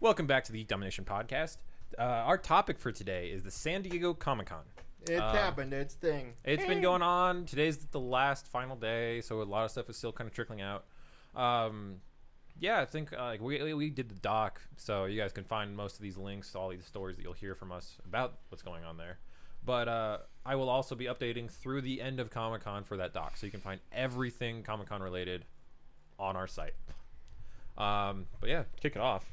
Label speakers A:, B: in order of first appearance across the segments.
A: Welcome back to the Geek Domination Podcast. Uh, our topic for today is the San Diego Comic Con.
B: It's
A: Uh,
B: happened. It's thing.
A: It's been going on. Today's the last final day, so a lot of stuff is still kind of trickling out. Um, yeah, I think uh, like we we did the doc, so you guys can find most of these links, to all these stories that you'll hear from us about what's going on there. But uh, I will also be updating through the end of Comic Con for that doc, so you can find everything Comic Con related on our site. Um, but yeah, kick it off.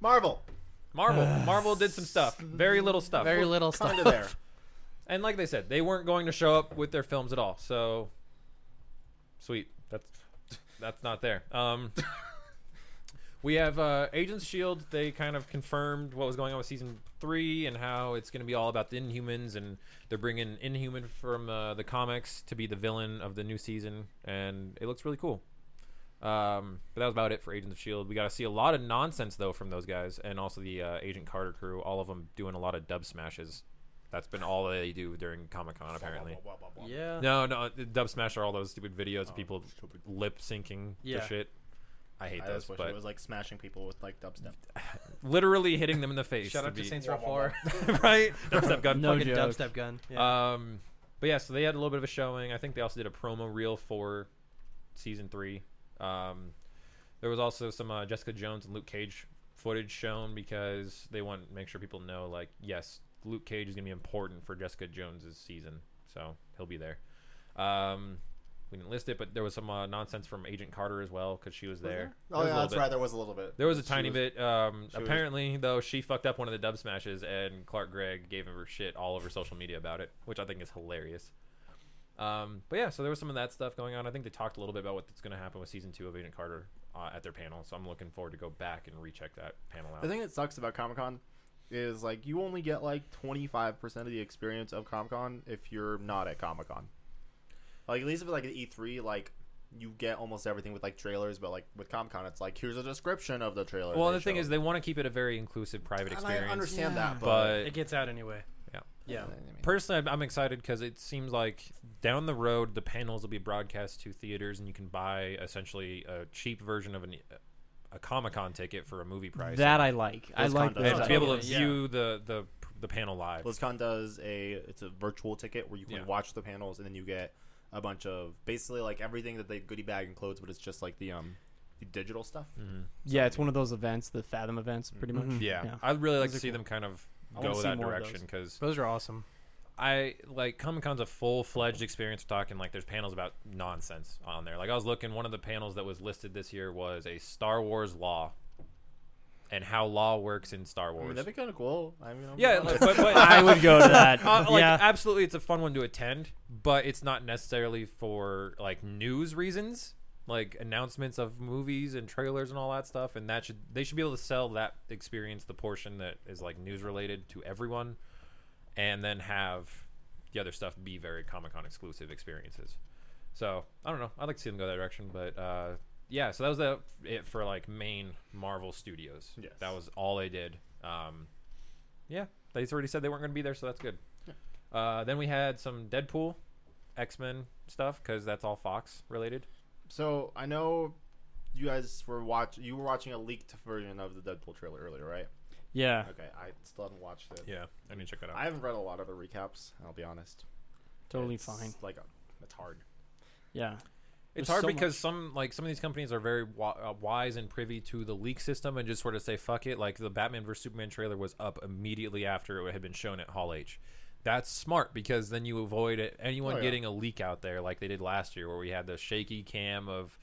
B: Marvel.
A: Marvel, Marvel did some stuff, very little stuff,
C: Very little stuff.
B: Kind of there.
A: and like they said, they weren't going to show up with their films at all. So, sweet. That's that's not there. Um, we have uh, Agents Shield. They kind of confirmed what was going on with season three and how it's going to be all about the Inhumans, and they're bringing Inhuman from uh, the comics to be the villain of the new season, and it looks really cool. Um, but that was about it for Agents of Shield. E We got to see a lot of nonsense though from those guys, and also the uh, Agent Carter crew. All of them doing a lot of dub smashes. That's been all they do during Comic Con, apparently.
C: Yeah.
A: No, no, the dub smash are all those stupid
B: Oh,
A: videos of people lip syncing
C: Yeah.
A: to shit. I hate
B: I
A: those,
B: just wish it
A: but
B: was like smashing people with like dubstep.
A: literally hitting them in the face.
C: Shout
A: would
C: out to
A: be-
C: Saints Row 4.
A: right? Dubstep gun.
C: no
A: fucking
C: fucking
A: dubstep.
C: dubstep gun. Yeah.
A: Um, but yeah, so they had a little bit of a showing. I think they also did a promo reel for season three. Um, there was also some uh, Jessica Jones and Luke Cage footage shown because they want to make sure people know, like, yes, Luke Cage is going to be important for Jessica Jones's season, so he'll be there. Um, we didn't list it, but there was some uh, nonsense from Agent Carter as well because she was there. There was a
B: Oh yeah,
A: little
B: that's
A: bit.
B: right. There was a little bit.
A: There was a
B: She
A: tiny
B: was-
A: bit. Um,
B: was-
A: apparently, though, she fucked up one of the dub smashes, and Clark Gregg gave her shit all over social media about it, which I think is hilarious. Um, but yeah, so there was some of that stuff going on. I think they talked a little bit about what's going to happen with season two of Agent Carter uh, at their panel, so I'm looking forward to go back and recheck that panel out.
B: The thing that sucks about Comic Con is like you only get like twenty five percent of the experience of Comic Con if you're not at Comic Con. Like at least if it's like at E three, like you get almost everything with like trailers, but like with Comic Con, it's like here's a description of the trailer.
A: well,
B: they
A: the thing
B: show.
A: is, they want to keep it a very inclusive, private
B: and
A: experience.
B: I understand
C: Yeah.
B: that, but,
A: but
C: it gets out anyway.
A: Yeah.
C: Yeah.
A: personally, I'm- I'm excited because it seems like down the road the panels will be broadcast to theaters, and you can buy essentially a cheap version of an, a Comic Con ticket for a movie price.
D: That I like. I
B: Those
D: like
B: condos.
D: that.
A: and to be able to
C: Totally, yeah.
A: view the, the the panel live.
B: BlizzCon does a it's a virtual ticket where you can
A: Yeah.
B: watch the panels and then you get a bunch of basically like everything that they goodie bag includes, but it's just like the um the digital stuff.
D: Yeah, it's one of those events, the Fathom events, pretty much.
A: Mm-hmm. yeah.
D: Yeah.
A: I'd really like
D: Those
A: to
D: are
A: see
D: cool.
A: them kind of
D: Mm. I wanna
A: go
D: see
A: that
D: more of
A: direction
D: those.
A: because
C: Those are awesome.
A: I like Comic Con's a full fledged experience. We're talking like there's panels about nonsense on there. Like I was looking, one of the panels that was listed this year was a Star Wars law and how law works in Star
B: I mean,
A: Wars.
B: that'd be kind of cool. I mean, I'm-
A: yeah, like, but, but
D: I would go to that.
A: Uh, like
D: yeah.
A: absolutely it's a fun one to attend but it's not necessarily for like news reasons like announcements of movies and trailers and all that stuff and that should they should be able to sell that experience the portion that is like news related to everyone and then have the other stuff be very comic-con exclusive experiences so i don't know i'd like to see them go that direction but uh yeah so that was the, it for like main marvel studios
B: Yes.
A: that was all they did um yeah, they already said they weren't going to be there, so that's good. Uh, then we had some Deadpool, X Men stuff because that's all Fox related.
B: So I know you guys were watch you were watching a leaked version of the Deadpool trailer earlier, right?
D: yeah.
B: Okay, I still haven't watched it.
A: Yeah, I need to check that
B: I haven't read a lot of the recaps. I'll be honest.
D: Totally
B: It's
D: fine.
B: Like a, it's hard.
D: Yeah.
A: it's
D: There's
A: hard
D: so
A: because some like some of these companies are very wi- uh, wise and privy to the leak system and just sort of say fuck it. Like the Batman vs Superman trailer was up immediately after it had been shown at Hall H. That's smart because then you avoid it, anyone
B: Oh, yeah.
A: getting a leak out there like they did last year, where we had the shaky cam of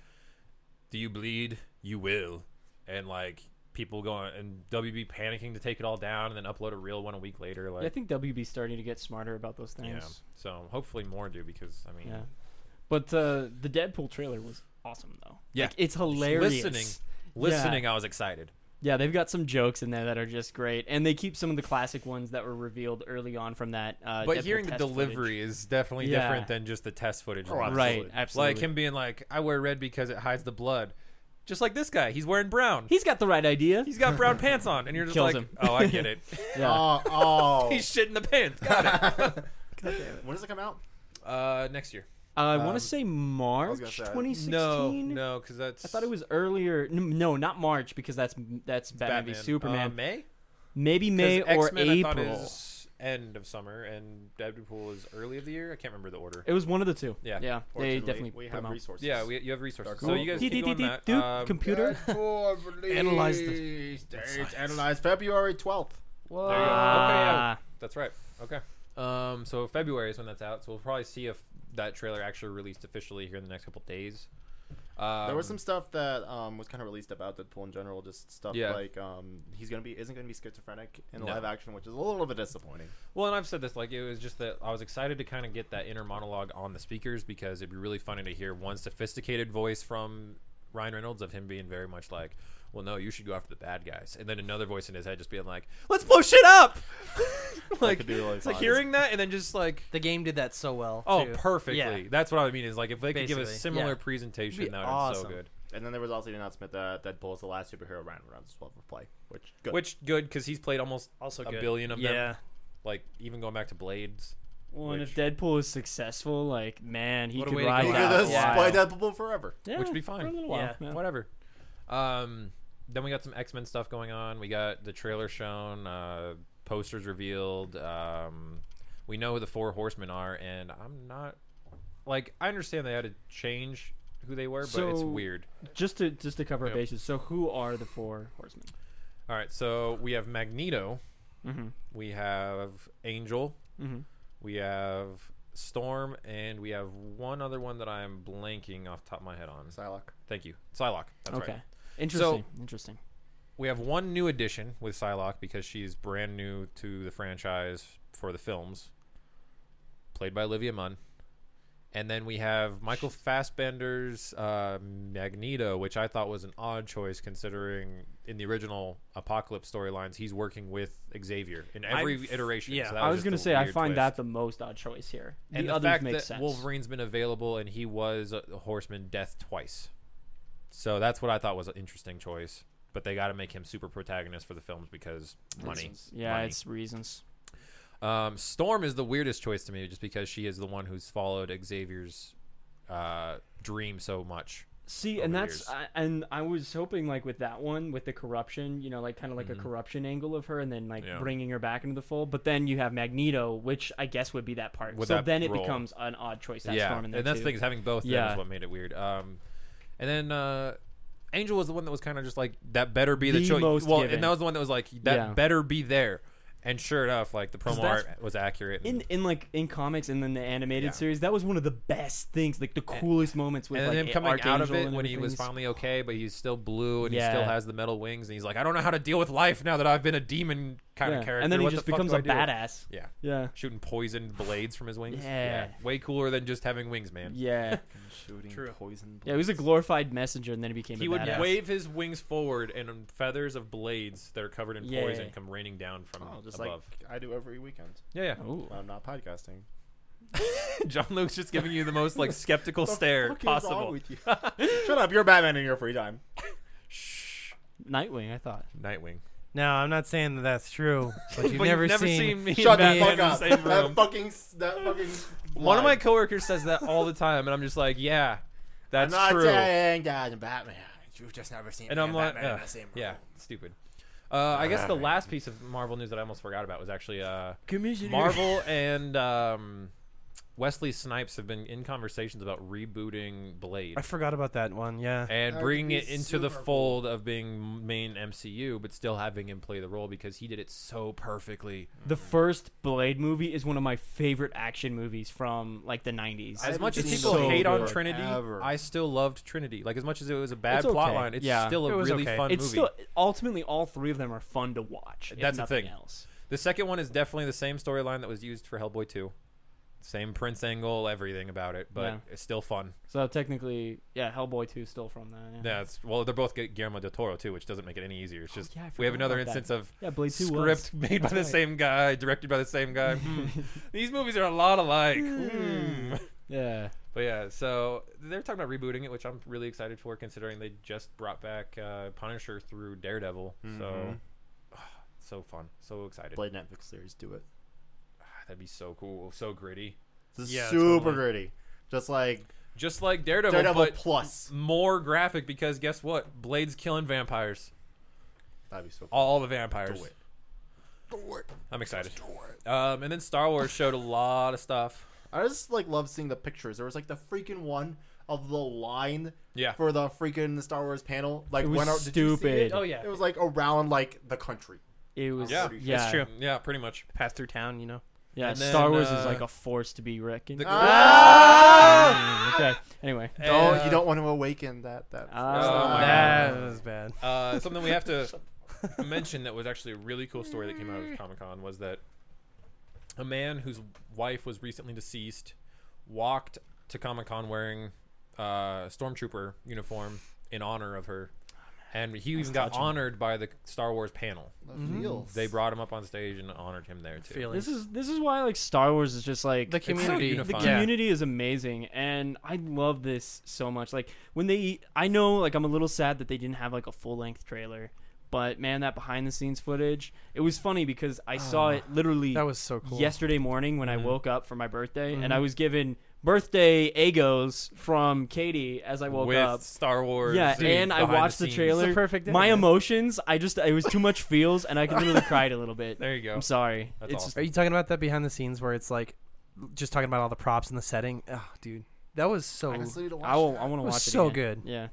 A: "Do you bleed? You will," and like people going and WB panicking to take it all down and then upload a real one a week later. Like,
D: I think WB's starting to get smarter about those
A: yeah.
D: things.
A: So hopefully more do because I mean,
D: Yeah. But uh, the Deadpool trailer was awesome, though.
A: Yeah.
D: Like, it's hilarious.
A: listening, listening, I was excited.
D: Yeah, they've got some jokes in there that are just great. And they keep some of the classic ones that were revealed early on from that. Uh,
A: but
D: Deadpool
A: hearing the
D: test footage.
A: delivery is definitely
D: Yeah.
A: different than just the test footage.
B: Oh, absolutely.
D: Right, absolutely.
A: Like him being like, "I wear red because it hides the blood," just like this guy. He's wearing brown.
D: He's got the right idea.
A: He's got brown pants on, and you're just
D: Kills
A: like,
D: him.
A: "Oh, I get it.
D: yeah.
B: Oh, oh.
A: He's shitting the pants." Got
B: when does it come out?
A: it. Uh, next year.
D: Uh, I want
B: Um,
D: to say March
B: gonna say,
D: 2016.
A: No, no, because that's.
D: I thought it was earlier. n- No, not March because that's that's Batman, v Superman.
A: Uh, May? 'Cause
D: Maybe May or
A: X-Men, I thought,
D: April.
A: is end of summer, and Deadpool is early of the year. I can't remember the order.
D: It was one of the two.
A: Yeah.
D: yeah. They
B: Fortunately,
D: definitely
B: we
D: put
B: have
D: them out.
B: resources.
A: Yeah, we, you have resources.
B: Dark
A: So you
B: Horse.
A: guys keep doing
D: Dee-dee-dee-dee,
A: that.
D: dude,
A: Um,
D: computer.
B: analyze this. It's analyzed February twelfth.
A: There you go. Okay, yeah.
D: Ah.
A: That's right. Okay. Um, so February is when that's out. So we'll probably see if that trailer actually released officially here in the next couple days. Um,
B: there was some stuff that um, was kind of released about Deadpool in general, just stuff
A: Yeah.
B: like um, he's gonna be isn't gonna be schizophrenic in
A: No.
B: live action, which is a little bit disappointing.
A: Well, and I've said this like it was just that I was excited to kind of get that inner monologue on the speakers because it'd be really funny to hear one sophisticated voice from Ryan Reynolds of him being very much like, "Well, no, you should go after the bad guys," and then another voice in his head just being like, "Let's blow shit up." like,
B: could be really
A: it's like
B: fun.
A: hearing that and then just like.
C: The game did that so well.
A: Oh,
C: too.
A: perfectly.
C: Yeah.
A: That's what I mean. Is like if they could give a
C: Basically,
A: similar
C: yeah.
A: presentation,
C: It'd be
A: that would
C: awesome.
A: be so good.
B: And then there was also the announcement that Deadpool is the last superhero Ryan Reynolds will ever play, which good.
A: Which good because he's played almost
C: Also
A: a
C: good.
A: billion of them.
D: Yeah.
A: Like even going back to Blades.
D: Well, and if
A: Which-
D: Deadpool is successful, like man, he
C: What a
D: could
C: way to
D: ride
C: go.
B: you
C: Look at
B: could
D: that. for a
B: just
D: while.
B: play Deadpool forever.
D: Yeah,
A: Which would be fine.
D: For a little while.
C: Yeah.
D: yeah.
A: Whatever. Um, then we got some X Men stuff going on. We got the trailer shown, uh, posters revealed. Um, we know who the four horsemen are, and I'm not like I understand they had to change who they were, but it's
D: So-
A: weird.
D: Just to just to cover
A: Yep.
D: our bases. So who are the four horsemen?
A: All right, so we have Magneto,
D: Mm-hmm.
A: we have Angel,
D: Mm-hmm.
A: we have Storm, and we have one other one that I'm blanking off the top of my head on.
B: Psylocke.
A: Thank you, Psylocke. That's
D: Okay.
A: right.
D: Interesting. Interesting.
A: We have one new addition with Psylocke because she's brand new to the franchise for the films, played by Olivia Munn. And then we have Michael Fassbender's uh, Magneto, which I thought was an odd choice considering in the original Apocalypse storylines, he's working with Xavier in every
C: I'm-
A: iteration.
C: yeah.
A: so that
D: I was
A: just
D: gonna
A: a
D: say I
A: weird
D: find
A: twist.
D: that the most odd choice here.
A: and
D: the,
A: the,
D: others
A: fact
D: make
A: that
D: sense.
A: Wolverine's been available and he was a, a Horseman Death twice, so that's what I thought was an interesting choice. But they got to make him super protagonist for the films because money.
D: Yeah,
A: money.
D: it's reasons.
A: um, Storm is the weirdest choice to me, just because she is the one who's followed Xavier's uh, dream so much.
D: See,
A: over
D: and
A: the
D: that's
A: years.
D: I, and I was hoping like with that one with the corruption, you know, like kind of like
A: Mhm.
D: a corruption angle of her, and then like
A: Yeah.
D: bringing her back into the fold. But then you have Magneto, which I guess would be that part.
A: With
D: so
A: that
D: then it
A: role.
D: becomes an odd choice. That
A: yeah,
D: storm in there
A: and that's
D: too.
A: the thing is having both. Yeah,
D: Yeah.
A: is what made it weird. Um, and then uh, Angel was the one that was kind of just like that better be the,
D: The
A: choice.
D: most
A: well,
D: given.
A: and that was the one that was like that
D: Yeah.
A: better be there. And sure enough, like the promo
D: that's-
A: art was accurate. and-
D: in in like in comics and then the animated
A: Yeah.
D: series, that was one of the best things, like the coolest moments with
A: and
D: like
A: him coming out of
D: Archangel
A: it
D: and
A: when he
D: everything
A: was
D: is-
A: finally okay, but he's still blue and he still
D: Yeah.
A: has the metal wings, and he's like, I don't know how to deal with life now that I've been a demon kind
D: yeah.
A: of character.
D: and then he
A: What the
D: just
A: fuck
D: becomes
A: do
D: a
A: I do?"
D: badass.
A: Yeah,
D: Yeah,
A: shooting poisoned blades from his wings.
D: Yeah.
A: way cooler than just having wings, man.
D: yeah,
B: Shooting
C: True.
B: poison.
D: yeah. He was a glorified messenger, and then he became.
A: He
D: a
A: would
D: badass.
A: wave his wings forward, and um, feathers of blades that are covered in
D: Yeah.
A: poison come raining down from
B: Oh, just
A: above.
B: like I do every weekend
A: yeah,
D: Ooh.
B: when I'm not podcasting.
A: yeah. John Luke's just giving you the most like skeptical stare possible.
B: Shut up! You're Batman in your free time.
A: Shh,
D: Nightwing, I thought.
A: Nightwing.
C: No, I'm not saying that that's true. But you've
A: But
C: never, seen.
A: me and
B: Shut the
A: Batman
B: fuck
A: in the
B: up!
A: same room.
B: That fucking that fucking.
A: One of my coworkers says that all the time, and I'm just like, yeah, that's
B: I'm not
A: true.
B: saying that in Batman. You've just never seen.
A: and
B: me
A: I'm like,
B: Batman in
A: "Ugh,
B: the same room.
A: yeah, stupid. Uh, I guess the last piece of Marvel news that I almost forgot about was actually uh,
D: Commissioner.
A: Marvel and um, Wesley Snipes have been in conversations about rebooting Blade
C: I forgot about that one. Yeah.
A: and
B: That would
A: bringing
B: be
A: it into the
B: super cool.
A: fold of being main MCU, but still having him play the role because he did it so perfectly.
D: The first Blade movie is one of my favorite action movies from like the 90s.
A: As
B: I've
A: much as
B: seen
A: people
B: so
A: hate on
B: good.
A: Trinity,
B: Ever.
A: I still loved Trinity. Like as much as it was a bad
D: It's okay.
A: plot line, it's
D: Yeah.
A: still a
C: It was
A: really
C: okay.
A: fun
D: it's
A: movie.
D: still ultimately all three of them are fun to watch. if
A: That's the
D: nothing
A: thing.
D: Else.
A: The second one is definitely the same storyline that was used for Hellboy 2. Same Prince angle, everything about it, but
D: Yeah.
A: it's still fun.
D: So technically, yeah, Hellboy 2 is still from that. Yeah,
A: Yeah, it's, well, they're both Gu- Guillermo del Toro too, which doesn't make it any easier. It's just
D: Oh, yeah, I
A: we have
D: forgot
A: another
D: about that.
A: instance of
D: yeah Blade 2 was.
A: script made by
D: That's
A: the
D: right.
A: same guy, directed by the same guy. Hmm. These movies are a lot alike. Hmm.
D: Yeah.
A: But yeah, so they're talking about rebooting it, which I'm really excited for, considering they just brought back uh, Punisher through Daredevil. So,
B: Mhm.
A: so fun, so excited.
B: Blade Netflix series. Do it.
A: That'd be so cool, so gritty.
B: This is
C: Yeah,
B: super
C: totally.
B: gritty. Just like
A: Just like Daredevil,
B: Daredevil
A: but
B: Plus.
A: more graphic because guess what? Blade's killing vampires.
B: That'd be so cool.
A: All the vampires.
B: Do it.
A: I'm excited. Um, and then Star Wars showed a lot of stuff.
B: I just like love seeing the pictures. There was like the freaking one of the line
A: Yeah.
B: for the freaking Star Wars panel. Like
D: It was
B: when are- did you see
D: stupid.
B: it?
C: Oh yeah,
B: It was like around like the country.
D: It was
A: Yeah,
D: yeah,
A: it's
D: yeah,
C: it's true.
A: Yeah, pretty much.
C: Pass through town, you know.
D: Yeah,
A: And then,
D: Star Wars
A: uh,
D: is like a force to be reckoned.
A: The-
D: with.
B: Ah!
D: okay. Anyway,
B: Oh,
A: And,
B: you don't want to awaken that. That.
A: Oh, my
C: that
A: God.
C: was bad.
A: Uh, something we have to mention that was actually a really cool story that came out of Comic Con was that a man whose wife was recently deceased walked to Comic Con wearing uh, stormtrooper uniform in honor of her, and he even got
D: touching.
A: honored by the Star Wars panel.
B: The feels.
A: Mm-hmm. They brought him up on stage and honored him there too.
C: Feelings.
D: this is this is why like Star Wars is just like
C: The
D: it's so
C: community.
A: It's so
D: the
A: unified.
D: community is amazing, and I love this so much. Like when they, I know like I'm a little sad that they didn't have like a full length trailer, but man, that behind the scenes footage, it was funny because I saw it literally
C: That was so cool.
D: yesterday morning when I woke up for my birthday, and I was given birthday egos from Katie as I woke
A: With
D: up.
A: Star Wars,
D: Yeah,
A: dude,
D: and I
A: behind
D: watched the,
A: scenes.
D: trailer.
C: It's the perfect
D: My
C: internet.
D: emotions, I just it was too much feels, and I literally cried a little bit.
A: There you go.
D: I'm sorry.
A: That's
D: it's
A: awesome.
C: Are you talking about that behind the scenes where it's like just talking about all the props and the setting? Oh, dude, that was so
B: I just need to watch
D: I will. I want to
C: was
D: watch it.
C: so
D: again.
C: good.
D: Yeah.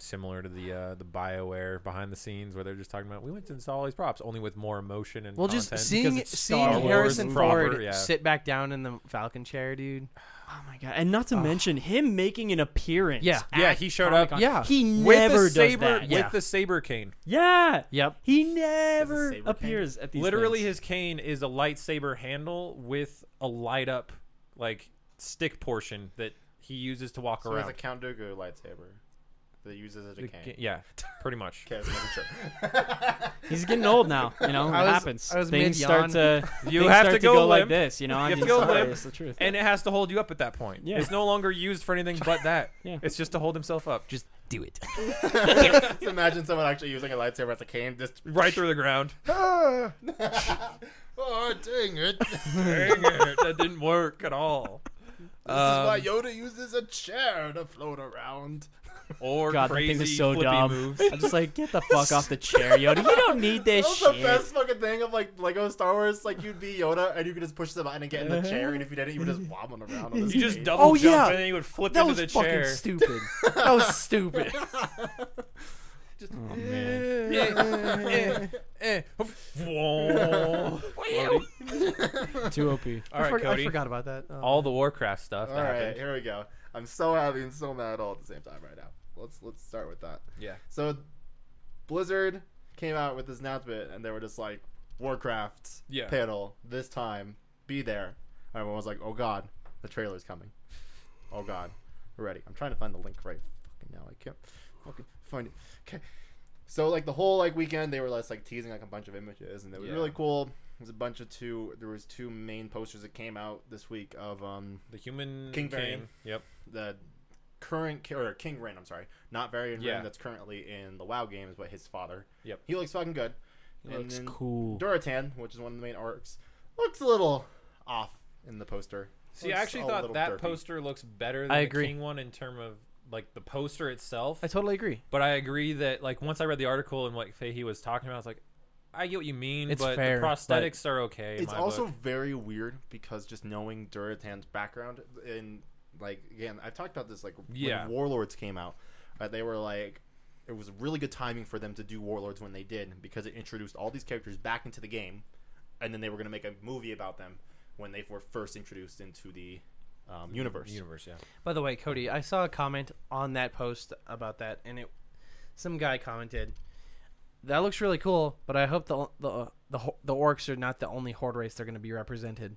A: Similar to the uh, the Bioware behind the scenes where they're just talking about we went to install all these props only with more emotion and
C: well, just
A: content
C: seeing
A: Oh, because it's Star
C: seeing
A: Wars
C: Harrison
A: proper,
C: Ford
A: yeah.
C: sit back down in the Falcon chair, dude.
D: Oh my god! And not to mention him making an appearance.
C: Yeah.
D: at
A: Yeah, he showed
D: Comic-Con.
A: up-
C: yeah.
D: He
A: with
D: never
A: the
D: does
A: saber
D: that.
A: with
D: Yeah.
A: the saber cane.
D: yeah.
C: Yep.
D: He never
B: saber
D: appears at these.
A: Literally,
D: things.
A: his cane is a lightsaber handle with a light up like stick portion that he uses to walk
B: So it's
A: around.
B: a Count Dooku lightsaber that uses it as a
A: The
B: cane.
A: ca- yeah, pretty much.
B: Okay, I was making sure.
D: He's getting old now. You know,
C: I
D: it
C: was-
D: happens.
C: I was
D: things start
C: mid-yawn.
D: to.
A: You
D: things
A: have
D: start
A: to go
D: like
A: limp.
D: this. You know,
A: You
D: I'm
A: have to go
D: sorry,
A: limp.
D: It's the truth.
A: And it has to hold you up at that point.
D: Yeah.
A: It's no longer used for anything but that.
D: Yeah.
A: It's just to hold himself up, just
C: Do it.
B: Just imagine someone actually using a lightsaber as a cane. Just
A: right through the ground.
B: oh dang it! This is
A: Dang it, that didn't work at all.
B: why
A: Um,
B: Yoda uses a chair to float around.
A: or
D: God, that
A: crazy
D: thing was so
A: flippy
D: dumb.
A: moves.
D: I'm just like, get the fuck off the chair, Yoda. You don't need
B: That
D: this
B: was
D: shit.
B: the best fucking thing of like Lego Star Wars. Like you'd be Yoda and you could just push the button and get in the chair, and if you didn't, you were just wobbling around. On this
A: You just
B: cane.
A: double
C: Oh,
A: jump
C: yeah.
A: and then you would flip
C: That
A: into
C: was
A: the
C: fucking
A: chair.
C: stupid. that was stupid.
D: Oh, man.
A: Eh, eh, eh. Whoa. Cody.
D: Too OP.
A: All right,
C: I, for- I
A: Cody.
C: forgot about that. Um,
A: All the Warcraft stuff.
B: All
A: that
B: right,
A: happened.
B: here we go. I'm so happy and so mad all at the same time right now. Let's let's start with that.
A: Yeah.
B: So Blizzard came out with this announcement and they were just like Warcraft
A: Yeah.
B: panel this time be there. And everyone was like, "Oh god, the trailer's coming." Oh god. We're ready. I'm trying to find the link right fucking now. I can't fucking find it. Okay. So like the whole like weekend they were just like teasing like a bunch of images and it was
A: Yeah.
B: really cool. There's a bunch of two there was two main posters that came out this week of um
A: The human
B: King Varian.
A: Yep.
B: the current ki- or King Rin, I'm sorry, not Varian
A: Yeah.
B: Rin that's currently in the WoW games, but his father.
A: Yep.
B: He looks fucking good.
D: It looks cool.
B: Duratan, which is one of the main arcs, looks a little off in the poster.
A: See,
B: Looks
A: I actually
B: a
A: thought
B: little
A: that
B: derpy.
A: poster looks better than
C: I
A: the
C: agree.
A: King one in term of like the poster itself.
C: I totally agree.
A: but I agree that like once I read the article and what Fahey was talking about, I was like, I get what you mean,
C: It's
A: but
C: fair,
A: the
C: but-
A: prosthetics are okay. in
B: It's
A: my
B: also
A: book.
B: very weird because just knowing Duratan's background in like again, I've talked about this like
A: Yeah.
B: when Warlords came out, uh, they were like it was really good timing for them to do Warlords when they did because it introduced all these characters back into the game, and then they were going to make a movie about them when they were first introduced into the um, universe.
A: universe. Yeah.
C: By the way, Cody, I saw a comment on that post about that, and it some guy commented, "That looks really cool, but I hope the the the, ho- the orcs are not the only horde race they're going to be represented."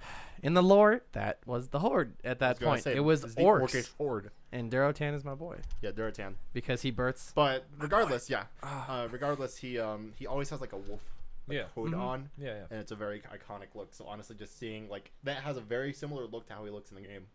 C: In the lore, that was the horde
B: I
C: at
B: was
C: that
B: gonna
C: point.
B: say,
C: it was
B: it's the
C: orcs,
B: orcish horde.
C: and Durotan is my boy
B: Yeah, Duratan.
C: because he births.
B: But regardless, yeah, uh, regardless, he um he always has like a wolf like,
A: Ah. Yeah. Mm-hmm.
B: hood on.
A: Yeah. yeah.
B: and it's a very iconic look. So honestly, just seeing like that has a very similar look to how he looks in the game,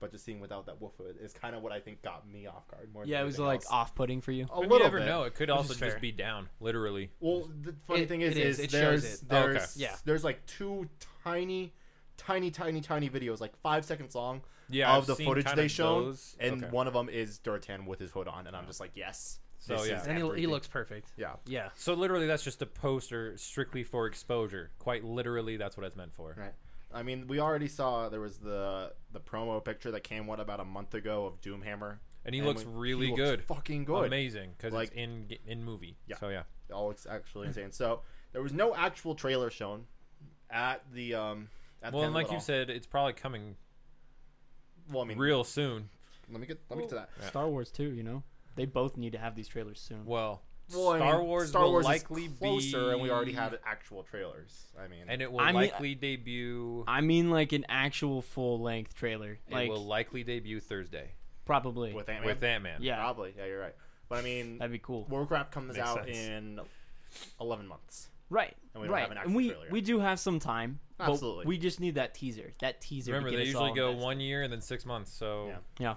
B: but just seeing without that wolf hood is kind of what I think got me off guard more.
D: Yeah,
B: than
D: it was
B: anything
D: like
B: else.
D: off-putting for you.
C: "Oh,
A: But
B: a little
A: you never
B: bit.
A: know. It could also
C: fair.
A: just be down, literally.
B: Well, the funny
C: It-
B: thing is,
C: it is.
B: is
C: It shows
B: there's
C: it.
A: Oh, okay.
B: there's
C: Yeah.
B: there's like two tiny tiny, tiny, tiny videos, like five seconds long,
A: yeah,
B: of
A: I've
B: the
A: seen
B: footage
A: kind
B: they
A: of
B: shown,
A: those.
B: and
A: Okay.
B: one of them is Duratan with his hood on, and I'm just like, yes.
A: So,
B: this
A: yeah.
B: is
C: And he, he
B: everything.
C: looks perfect.
B: Yeah.
C: Yeah.
A: So literally, that's just a poster strictly for exposure. Quite literally, that's what it's meant for.
B: Right. I mean, we already saw there was the the promo picture that came what about a month ago of Doomhammer,
A: And he looks
B: we-
A: really
B: looks
A: good.
B: fucking good.
A: Amazing because
B: Like-
A: it's in in movie.
B: Yeah.
A: So yeah.
B: It all looks actually insane. So there was no actual trailer shown at the um. At the
A: Well,
B: end
A: and like
B: of it
A: you
B: all.
A: said, it's probably coming
B: well, I mean,
A: real soon.
B: let me get let me get to that.
A: Yeah.
D: Star Wars too, you know, they both need to have these trailers soon.
A: Well,
B: Well, I
A: Star
B: mean,
A: Wars
B: Star
A: will
B: Wars
A: likely
B: is closer,
A: be
B: and we already had actual trailers. I mean,
A: and it will
D: I mean-
A: likely debut.
D: I mean, like an actual full length trailer, like
A: it will likely debut Thursday
D: probably.
B: with Ant
A: with
B: Man,
A: Ant Man.
D: yeah,
B: probably. Yeah, you're right. But I mean,
D: that'd be cool.
B: Warcraft comes
A: Makes
B: out
A: sense.
B: in eleven months.
D: Right,
B: And we don't
D: right.
B: have an
D: and
B: actual
D: we
B: trailer yet.
D: we do have some time. but
B: Absolutely.
D: we just need that teaser. That teaser. to
A: Remember,
D: get
A: they
D: us
A: usually
D: all
A: go
D: invested.
A: one year and then six months. So
B: Yeah.
D: Yeah,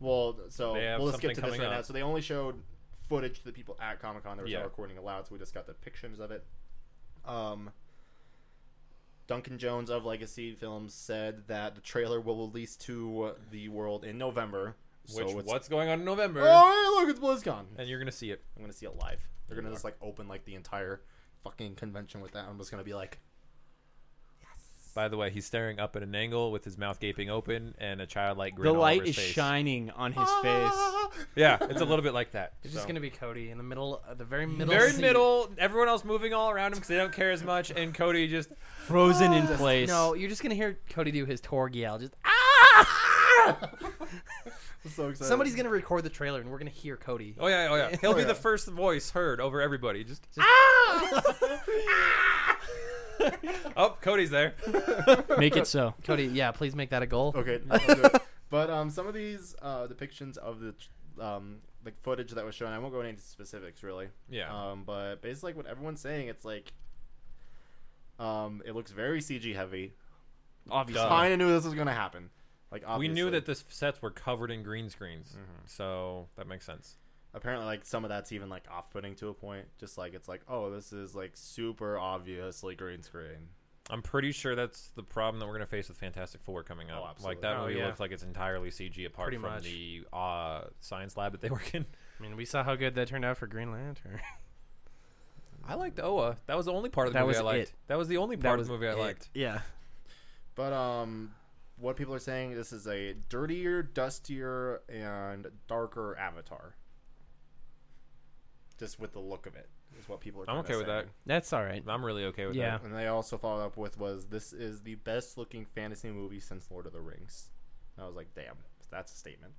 B: Well, so
A: They have
B: we'll just get
A: something
B: to this
A: coming
B: right now.
A: up.
B: So they only showed footage to the people at Comic Con. There was
A: Yeah.
B: no recording allowed, so we just got the pictures of it. Um, Duncan Jones of Legacy Films said that the trailer will release to the world in November.
A: which
B: so it's,
A: what's going on in November?
B: Oh, hey, look, it's BlizzCon.
A: And you're gonna see it.
B: I'm gonna see it live. They're gonna
A: You
B: just like open like the entire fucking convention with that. I'm just gonna be like,
A: By the way, he's staring up at an angle with his mouth gaping open and a childlike grin.
D: the
A: all
D: light
A: over his
D: is
A: face.
D: shining on his
B: Ah.
D: face.
A: Yeah, it's a little bit like that.
C: It's just
B: So-
C: gonna be Cody in the middle, uh, the very middle,
A: Very
C: seat.
A: middle, everyone else moving all around him because they don't care as much, and Cody just
D: frozen in place.
C: No, you're just gonna hear Cody do his Torg yell. Just ah!
B: I'm so excited.
C: somebody's gonna record the trailer, and we're gonna hear Cody.
A: Oh yeah, oh yeah. He'll
B: Oh,
A: be
B: yeah.
A: the first voice heard over everybody. Just, oh, Cody's there.
D: Make it so.
C: Cody, yeah, please make that a goal.
B: Okay, I'll do it. but um, some of these uh, depictions of the um, the footage that was shown, I won't go into specifics really.
A: Yeah.
B: Um, but basically, like what everyone's saying, it's like, um, it looks very CG heavy.
D: Obviously,
A: Duh.
B: Kind of knew this was gonna happen. Like
A: we
B: Uh, obviously.
A: knew that the sets were covered in green screens, so that makes sense.
B: apparently, like some of that's even like off-putting to a point. Just like it's like, oh, this is like super obviously green screen.
A: I'm pretty sure that's the problem that we're gonna face with Fantastic Four coming up.
B: Oh,
A: like that
C: absolutely.
A: movie
C: Oh, yeah.
A: looks like it's entirely CG apart
C: Pretty
A: from
C: much.
A: the uh, science lab that they work in.
C: I mean, we saw how good that turned out for Green Lantern.
A: I liked Oa. That was the only part of the
C: That
A: movie
C: was
A: I liked.
C: it.
A: That was the only part of the movie I liked.
C: Yeah,
B: But um, what people are saying, this is a dirtier, dustier, and darker Avatar. Just with the look of it is what people are.
A: I'm
B: kinda
A: okay with that.
B: saying.
C: that's all right.
A: I'm really okay with
C: Yeah.
A: that.
B: And they also followed up with was this is the best looking fantasy movie since Lord of the Rings. And I was like, damn, that's a statement.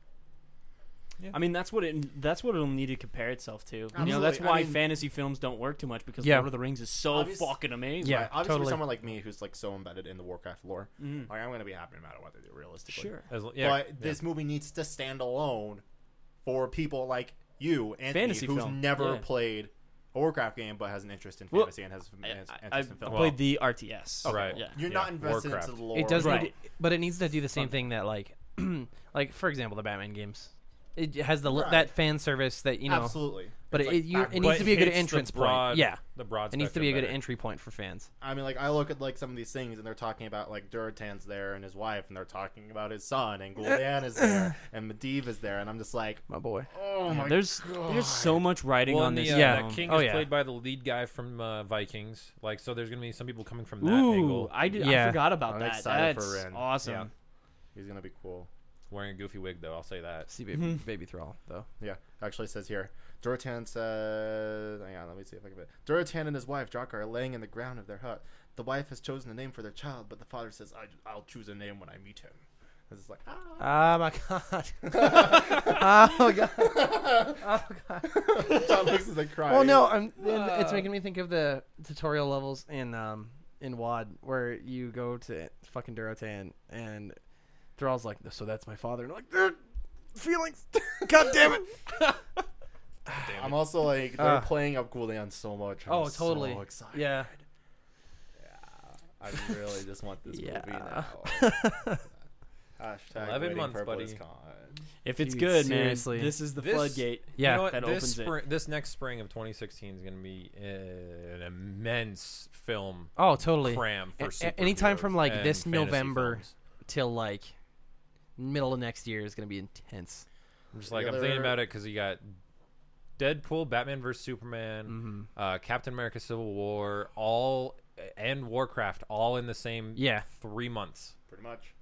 D: I mean that's what it that's what it'll need to compare itself to. You know,
B: Absolutely.
D: that's
B: I
D: why
B: mean-
D: fantasy films don't work too much because
C: Yeah.
D: Lord of the Rings is so
B: Obvious-
D: fucking amazing.
C: Yeah,
B: Right, obviously,
C: totally.
B: for someone like me who's like so embedded in the Warcraft lore,
D: Mm.
B: like I'm gonna be happy no matter what they do realistically.
D: sure.
A: As, l- yeah,
B: but this movie needs to stand alone for people like you, Anthony,
D: Fantasy
B: who's
D: film,
B: never
D: yeah.
B: played a Warcraft game but has an interest in
D: Well,
B: fantasy and has an
D: I,
B: interest
D: I- I
B: in film. Oh
D: played the RTS.
A: Right.
D: Yeah.
B: You're
A: Yeah,
B: not invested
A: Warcraft.
B: into the lore.
C: It does,
D: Right.
C: need to- but it needs to do the same thing that like, like for example, the Batman games. It has the li-
B: Right.
C: that fan service that you know,
B: Absolutely.
C: but
B: It's
C: it,
B: like
C: you, it
B: backwards.
C: needs to be a good
A: hits the
C: entrance
A: broad-
C: point. Yeah,
A: the broad.
C: it needs to be a
A: spectrum
C: good
A: better.
C: entry point for fans.
B: I mean, like I look at like some of these things, and they're talking about like Duratan's there and his wife, and they're talking about his son, and Glorian is there, and Medivh is there, and I'm just like,
C: My boy.
B: oh my
D: There's there's so much writing
A: Well, and
D: on this.
A: the, uh,
C: yeah.
A: that
D: film.
A: king
C: Oh,
A: is
C: yeah.
A: played by the lead guy from uh, Vikings. Like, so there's gonna be some people coming from that
D: Ooh,
A: angle
D: I, did, I
C: Yeah.
D: forgot about
B: I'm
D: that.
B: excited for
D: That's
B: Ren.
D: awesome.
B: Yeah. he's gonna be cool.
A: wearing a goofy wig, though. I'll say that.
C: See baby, baby Thrall though.
B: Yeah, actually it says here. Duratan says, hang on, let me see if I can. Duratan and his wife Draka are laying in the ground of their hut. The wife has chosen a name for their child, but the father says, I, "I'll choose a name when I meet him." This is like, ah.
C: Oh my god. oh god. Oh god.
B: John looks is like crying.
C: Well, no, I'm, it's making me think of the tutorial levels in um in WAD where you go to fucking Durotan and Thrall's like, so that's my father, and I'm like, "Ugh, feelings. god damn it.
B: I'm also like they're
C: Ah.
B: playing up Goulian so much. I'm
C: oh, totally.
B: So excited.
C: Yeah.
B: I really just want this
C: Yeah.
B: movie now. Hashtag
A: 11
B: waiting
A: months,
B: for
A: buddy.
B: BlizzCon.
D: If it's
C: Dude,
D: good,
C: seriously.
D: man, this is the
A: This-
D: floodgate.
C: Yeah,
A: you know what?
D: that
A: this
D: opens it.
A: spring, This next spring of 2016 is going to be uh, an immense film
C: Oh, totally.
A: cram for
C: A- a- anytime
A: superheroes
C: from, like,
A: and
C: this
A: fantasy
C: November
A: films.
C: Till like middle of next year is gonna be intense.
A: I'm just like
B: The
A: I'm thinking
B: other-
A: about it because you got Deadpool, Batman vs Superman,
D: Mm-hmm.
C: Mhm.
A: uh, Captain America: Civil War, all and Warcraft all in the same
C: Yeah.
A: three months.
B: Pretty much.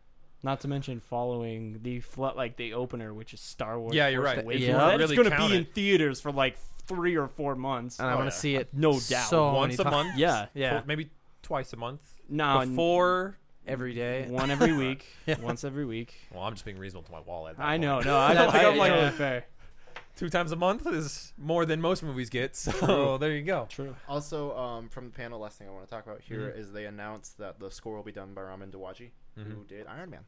D: Not to mention following the flo- like the opener, which is Star Wars.
A: Yeah, you're
D: Force
A: right.
D: Awakens.
C: If you wanna
D: That's
A: really
D: gonna
A: count
D: be in
A: it.
D: theaters for like three or four months.
C: And I
B: Oh,
C: want
B: yeah.
C: to see it.
D: No doubt.
C: So
A: Once
C: many
A: a
C: times.
A: month,
D: Yeah,
C: Uh, Yeah.
A: tw- maybe twice a month.
D: no, n-
A: Before,
C: Every day.
D: one every week,
C: Yeah.
D: once every week.
A: well, I'm just being reasonable to my wall at that
D: I
A: point.
D: know, no, I,
C: That's
D: I,
C: good,
D: like
C: yeah.
D: totally fair.
A: Two times a month is more than most movies get. So there you go.
D: True.
B: Also, um, from the panel, last thing I want to talk about here
A: Mm-hmm.
B: is they announced that the score will be done by Ramin Dawaki, who did Iron Man.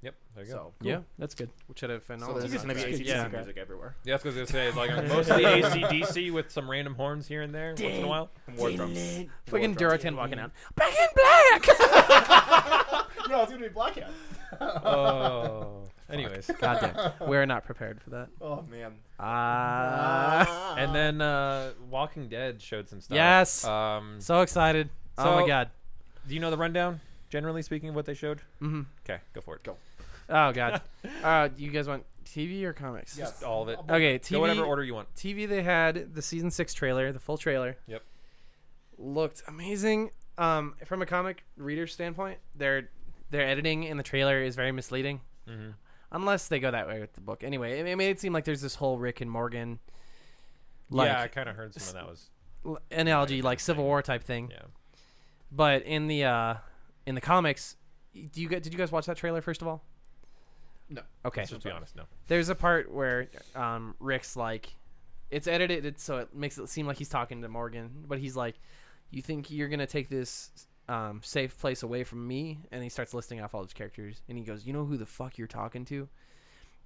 A: Yep, Mm-hmm. there you go.
B: So,
D: Yeah, that's good.
C: Which would have been
B: so
C: all
B: there's
D: just
B: going to be
D: basically-
B: ACDC
D: yeah.
B: music everywhere.
A: Yeah, that's what I was gonna say. It's like mostly ACDC with some random horns here and there once in a while.
B: War drums.
C: Fucking Duratan walking out.
D: Back in black.
B: no, it's going to be Black Hat.
A: Oh, anyways,
C: God damn. We're not prepared for that.
B: Oh, man.
C: Ah.
A: and then uh, Walking Dead showed some stuff.
C: Yes.
A: Um,
C: so excited. oh
A: So-
C: my god.
A: do you know the rundown? Generally speaking, of what they showed.
C: hmm
A: Okay, go for it.
B: Go.
C: Oh god. uh, you guys want TV or comics?
B: Yes.
A: Just all of it.
C: Okay, TV.
A: Go whatever order you want.
C: TV. They had the season six trailer, the full trailer.
A: Yep.
C: Looked amazing. Um, from a comic reader standpoint, their their editing in the trailer is very misleading.
A: Mhm.
C: Unless they go that way with the book. Anyway, it, it made it seem like there's this whole Rick and Morgan,
A: yeah, I
C: like
A: kind of heard some of that was.
C: l- analogy, like Civil War type thing.
A: Yeah.
C: But in the uh, in the comics, y- do you guys, did you guys watch that trailer first of all?
B: No.
C: Okay.
A: Let's just be honest. No.
C: There's a part where um, Rick's like, it's edited so it makes it seem like he's talking to Morgan, but he's like, "You think you're gonna take this um, safe place away from me?" And he starts listing off all his characters, and he goes, "You know who the fuck you're talking to?"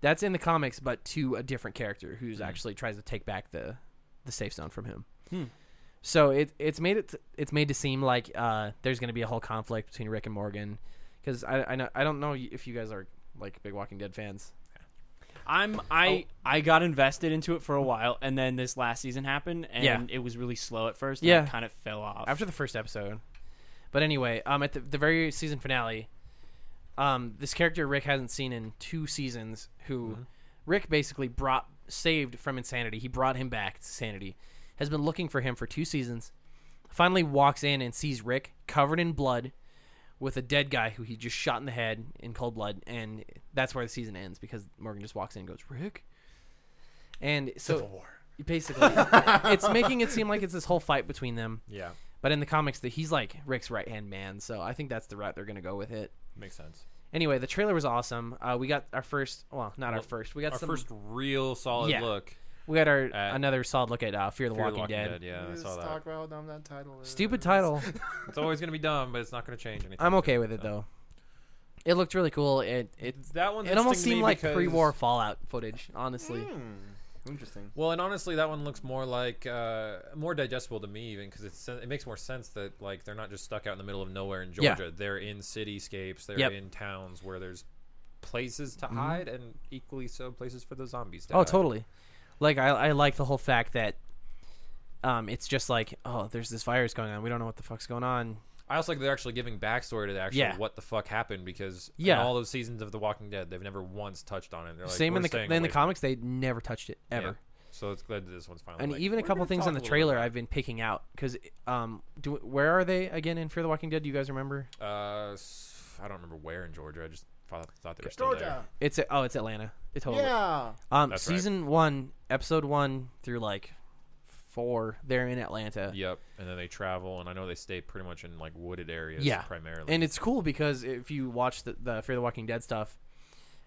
C: That's in the comics, but to a different character who's actually tries to take back the the safe zone from him.
D: Hmm.
C: So it it's made it it's made to seem like uh, there's gonna be a whole conflict between Rick and Morgan, because I I, know, I don't know if you guys are like big Walking Dead fans.
D: I'm I I got invested into it for a while, and then this last season happened, and
C: Yeah.
D: it was really slow at first.
C: Yeah.
D: and kind of fell off.
C: after the first episode. But anyway, um, at the, the very season finale, um, this character Rick hasn't seen in two seasons, who Rick basically brought saved from insanity. He brought him back to sanity. Has been looking for him for two seasons. Finally, walks in and sees Rick covered in blood, with a dead guy who he just shot in the head in cold blood, and that's where the season ends because Morgan just walks in and goes Rick. And so basically, it's making it seem like it's this whole fight between them.
A: Yeah,
C: But in the comics, that he's like Rick's right hand man, so I think that's the route they're gonna go with it.
A: makes sense.
C: Anyway, the trailer was awesome. Uh, we got our first, well, not our
A: Well,
C: first. We got
A: Our
C: some.
A: first real solid
C: Yeah.
A: look.
C: we got our
A: uh,
C: another solid look at uh, Fear, the,
A: Fear
C: Walking Dead.
A: Yeah, I
B: Let's
A: saw that.
B: talk about how dumb that title is.
C: Stupid title.
A: It's always gonna be dumb, but it's not gonna change anything.
C: I'm okay with it though. It looked really cool. It it
A: That one.
C: it almost seemed like pre-war Fallout footage. Honestly,
B: Hmm. Interesting.
A: Well, and honestly, that one looks more like uh, more digestible to me, even because it's it makes more sense that like they're not just stuck out in the middle of nowhere in
C: Yeah.
A: Georgia. They're in cityscapes. They're
C: Yep. Mm-hmm.
A: in towns where there's places to hide and equally so places for the zombies. to
C: Oh,
A: hide.
C: totally. Like I, I like the whole fact that um, it's just like oh, there's this virus going on. We don't know what the fuck's going on.
A: I also like they're actually giving backstory to the actual
C: Yeah.
A: what the fuck happened because in
C: Yeah.
A: all those seasons of The Walking Dead, they've never once touched on it. They're like,
C: Same
A: "We're
C: in the
A: staying
C: in the
A: away from
C: comics, they never touched it
A: it." Yeah.
C: ever.
A: So it's glad that this one's finally.
C: and
A: like,
C: even a
A: "We're
C: couple
A: gonna
C: things
A: talk
C: in the
A: a little bit
C: trailer
A: about
C: I've been picking out because um, do, where are they again in Fear the Walking Dead? Do you guys remember?
A: it." Uh, s- I don't remember where in Georgia. I just thought, thought they were still there.
C: It's a, oh, it's Atlanta. It totally.
B: Yeah.
C: Um,
A: That's right.
C: season one, episode one through like four, they're in Atlanta,
A: Yep, and then they travel, and I know they stay pretty much in like wooded areas,
C: Yeah.
A: primarily.
C: and it's cool because if you watch the, the Fear the Walking Dead stuff,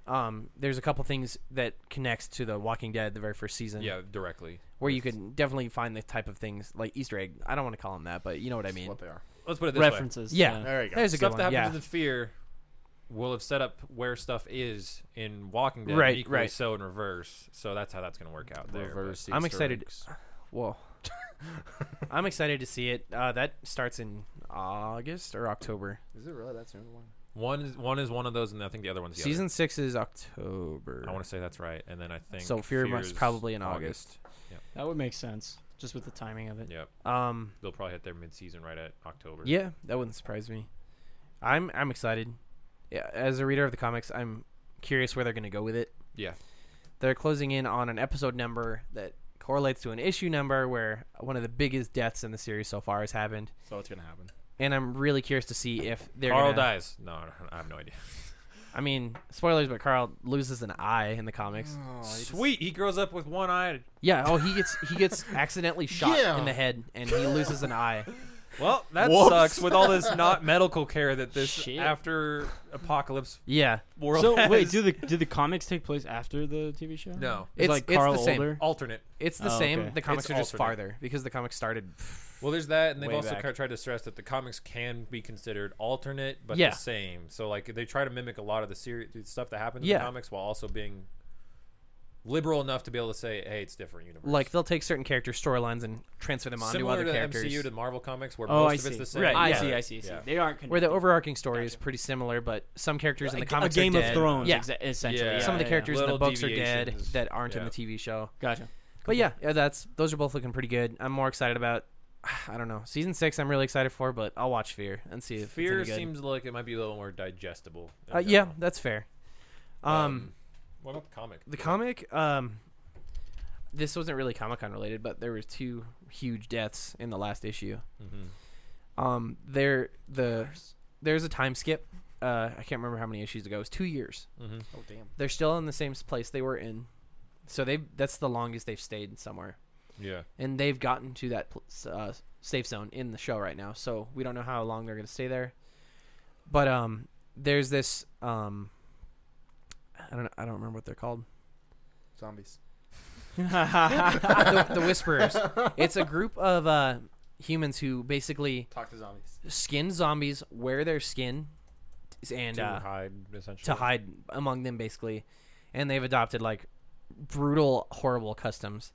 C: um, there's a couple things that connects to the Walking Dead, the very first season,
A: yeah, directly.
C: where you can definitely find the type of things like Easter egg. I don't want to call them that, but you know what I mean.
B: What they are.
A: Let's put it this way:
D: references.
C: Yeah,
B: There you go.
C: there's a
A: stuff
C: good
A: that
C: one.
A: happens
C: Yeah.
A: in Fear will have set up where stuff is in Walking Dead,
C: Right,
A: equally
C: right.
A: So in reverse, so that's how that's going to work out there. but-
C: I'm excited- Whoa. I'm excited to see it. Uh, that starts in August or October.
B: Is it really that soon? One?
A: One is one is one of those, and I think the other one's the other.
C: Season six is October.
A: I want to say that's right, and then I think
C: So Fear Month's
A: is
C: probably in August.
D: That would make sense, just with the timing of it.
A: Yep,
C: Um,
A: they'll probably hit their mid-season right at October.
C: yeah, that wouldn't surprise me. I'm I'm excited. Yeah, as a reader of the comics, I'm curious where they're going to go with it.
A: yeah.
C: They're closing in on an episode number that correlates to an issue number where one of the biggest deaths in the series so far has happened,
B: So it's gonna happen.
C: and I'm really curious to see if they're
A: Carl
C: gonna,
A: dies. No, I don't- I have no idea.
C: I mean, spoilers, but Carl loses an eye in the comics.
B: Oh,
A: Sweet, he grows up with one eye.
C: Yeah. Oh, he gets he gets accidentally shot
B: Yeah.
C: in the head and he loses an eye.
A: Well, that
B: Whoops.
A: sucks with all this not medical care that this
D: Shit.
A: after apocalypse
C: Yeah.
A: world.
D: So
A: has.
D: wait, do the do the comics take place after the TV show?
A: No.
D: it's,
C: It's-
D: like
C: it's
D: Carl
C: the same.
D: older.
A: alternate.
C: It's the
D: Oh,
C: same.
D: okay.
C: The comics
A: It's
C: are just
A: alternate.
C: farther because the comics started.
A: Well, there's that, and they've
B: Way
A: also
B: back.
A: kind of tried to stress that the comics can be considered alternate, but
C: Yeah.
A: the same. So like they try to mimic a lot of the series the stuff that happens in
C: Yeah.
A: the comics while also being liberal enough to be able to say, "Hey, it's different universe."
C: Like they'll take certain character storylines and transfer them onto
A: Similar
C: other
A: to the
C: characters.
A: MCU to Marvel comics, where
D: Oh,
A: most
D: I
A: of
D: see.
A: it's the same.
D: Right. I
A: but-
D: see. I see. I see.
A: Yeah.
D: They aren't
C: where the
D: connected.
C: overarching story is
D: Gotcha.
C: pretty similar, but some characters in the
D: A-
C: comics
D: a Game
C: are
D: of
C: dead.
D: Thrones,
C: Yeah.
D: exa- essentially.
A: Yeah.
D: Yeah,
C: Some of the
D: yeah,
C: characters in the
A: Little
C: books are dead
A: deviations.
C: that aren't in
A: Yeah.
C: the TV show.
D: yeah. Gotcha.
C: But yeah, yeah, that's those are both looking pretty good. I'm more excited about. I don't know. Season six, I'm really excited for, but I'll watch Fear and see if
A: Fear
C: it's any good.
A: seems like it might be a little more digestible. in
C: Uh, yeah,
A: general.
C: that's fair. um
A: what about the comic?
C: the comic um this wasn't really comic con related but there was two huge deaths in the last issue
A: Mhm.
C: um there the there's a time skip uh i can't remember how many issues ago it was two years
A: Mhm.
B: Oh damn.
C: they're still in the same place they were in so they that's the longest they've stayed somewhere
A: Yeah.
C: and they've gotten to that pl- s- uh, safe zone in the show right now so we don't know how long they're going to stay there but um there's this um i don't i don't remember what they're called
B: Zombies.
C: the, the whisperers it's a group of uh, humans who basically
B: Talk to zombies.
C: skin zombies wear their skin s- and
A: to
C: uh,
A: hide essentially.
C: to hide among them basically and they've adopted like brutal horrible customs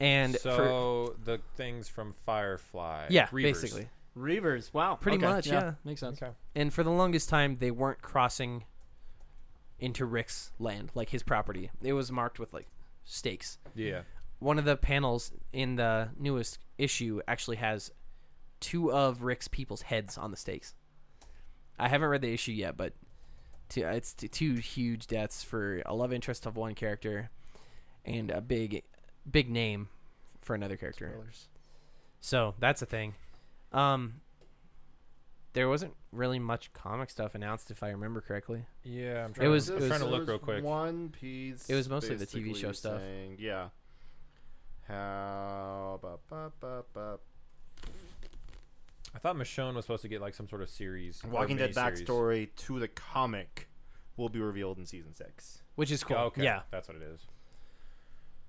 C: and for,
A: so the things from Firefly.
C: yeah
A: Reavers.
C: basically
D: Reavers. Wow.
C: Pretty
D: Okay.
C: much, yeah.
D: Makes sense.
C: and for the longest time they weren't crossing into rick's land like his property it was marked with like stakes
A: Yeah.
C: one of the panels in the newest issue actually has two of Rick's people's heads on the stakes. I haven't read the issue yet, but two, it's t- two huge deaths for a love interest of one character and a big, big name for another character.
B: Spoilers.
C: So that's a thing. Um, there wasn't really much comic stuff announced, if I remember correctly.
A: Yeah, I'm
C: It was-
A: to,
C: it was-
A: trying to
B: There
A: look real
B: was
A: quick.
B: One Piece.
C: It was mostly the TV
B: basically
C: show stuff.
B: saying- yeah. How? Ba, ba, ba, ba.
A: I thought Michonne was supposed to get like some sort of series. or
B: Walking Dead
A: miniseries.
B: backstory to the comic will be revealed in season six.
C: Which is cool.
A: Oh, okay,
C: Yeah.
A: that's what it is.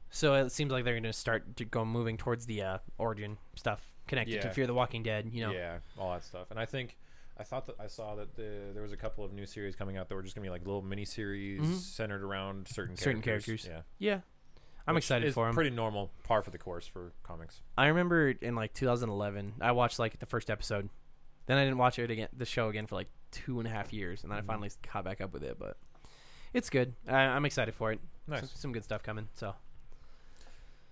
C: So it seems like they're going to start to go moving towards the uh, origin stuff connected to
A: Yeah.
C: Fear the Walking Dead. You know,
A: Yeah, all that stuff. And I think I thought that I saw that the, there was a couple of new series coming out that were just gonna be like little mini series
C: Mhm.
A: centered around certain
C: Certain
A: characters.
C: characters.
A: Yeah,
C: Yeah. I'm
A: Which
C: excited
A: is
C: for him.
A: Pretty normal, par for the course for comics.
C: I remember in like 2011, I watched like the first episode. Then I didn't watch it again, the show again for like two and a half years, and then
A: Mhm.
C: I finally caught back up with it. But it's good. I, I'm excited for it. Some,
A: Nice.
C: some good stuff coming. So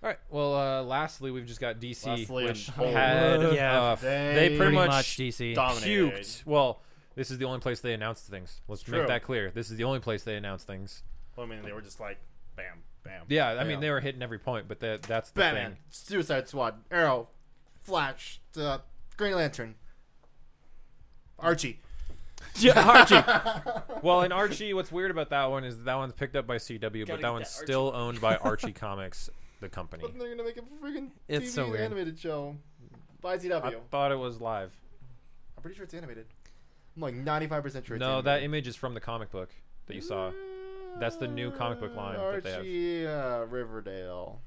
A: All right. Well, uh, lastly, we've just got DC,
B: Lastly,
A: which
B: and- oh,
A: had
C: Lord. Yeah.
A: uh,
B: They
A: they pretty,
C: pretty much,
A: much
C: DC.
B: Dominated.
A: puked. Well, this is the only place they announced things. Let's
B: True.
A: make that clear. This is the only place they announced things.
B: I mean, they were just like, bam, bam.
A: Yeah, I mean they were hitting every point, but that that's the
B: Batman,
A: thing.
B: Suicide Squad, Arrow, Flash, uh, Green Lantern, Archie.
A: Well, and Archie, what's weird about that one is that one's picked up by CW,
D: Gotta
A: but
D: get
A: that one's
D: that Archie.
A: still owned by Archie Comics, the company.
B: But they're gonna make a freaking
C: It's
B: TV
C: so weird.
B: animated show by CW.
A: I thought it was live.
B: I'm pretty sure it's animated. I'm like 95% sure it's
A: No,
B: animated.
A: that image is from the comic book that you saw. that's the new comic book line that they have.
B: Archie, uh, Riverdale.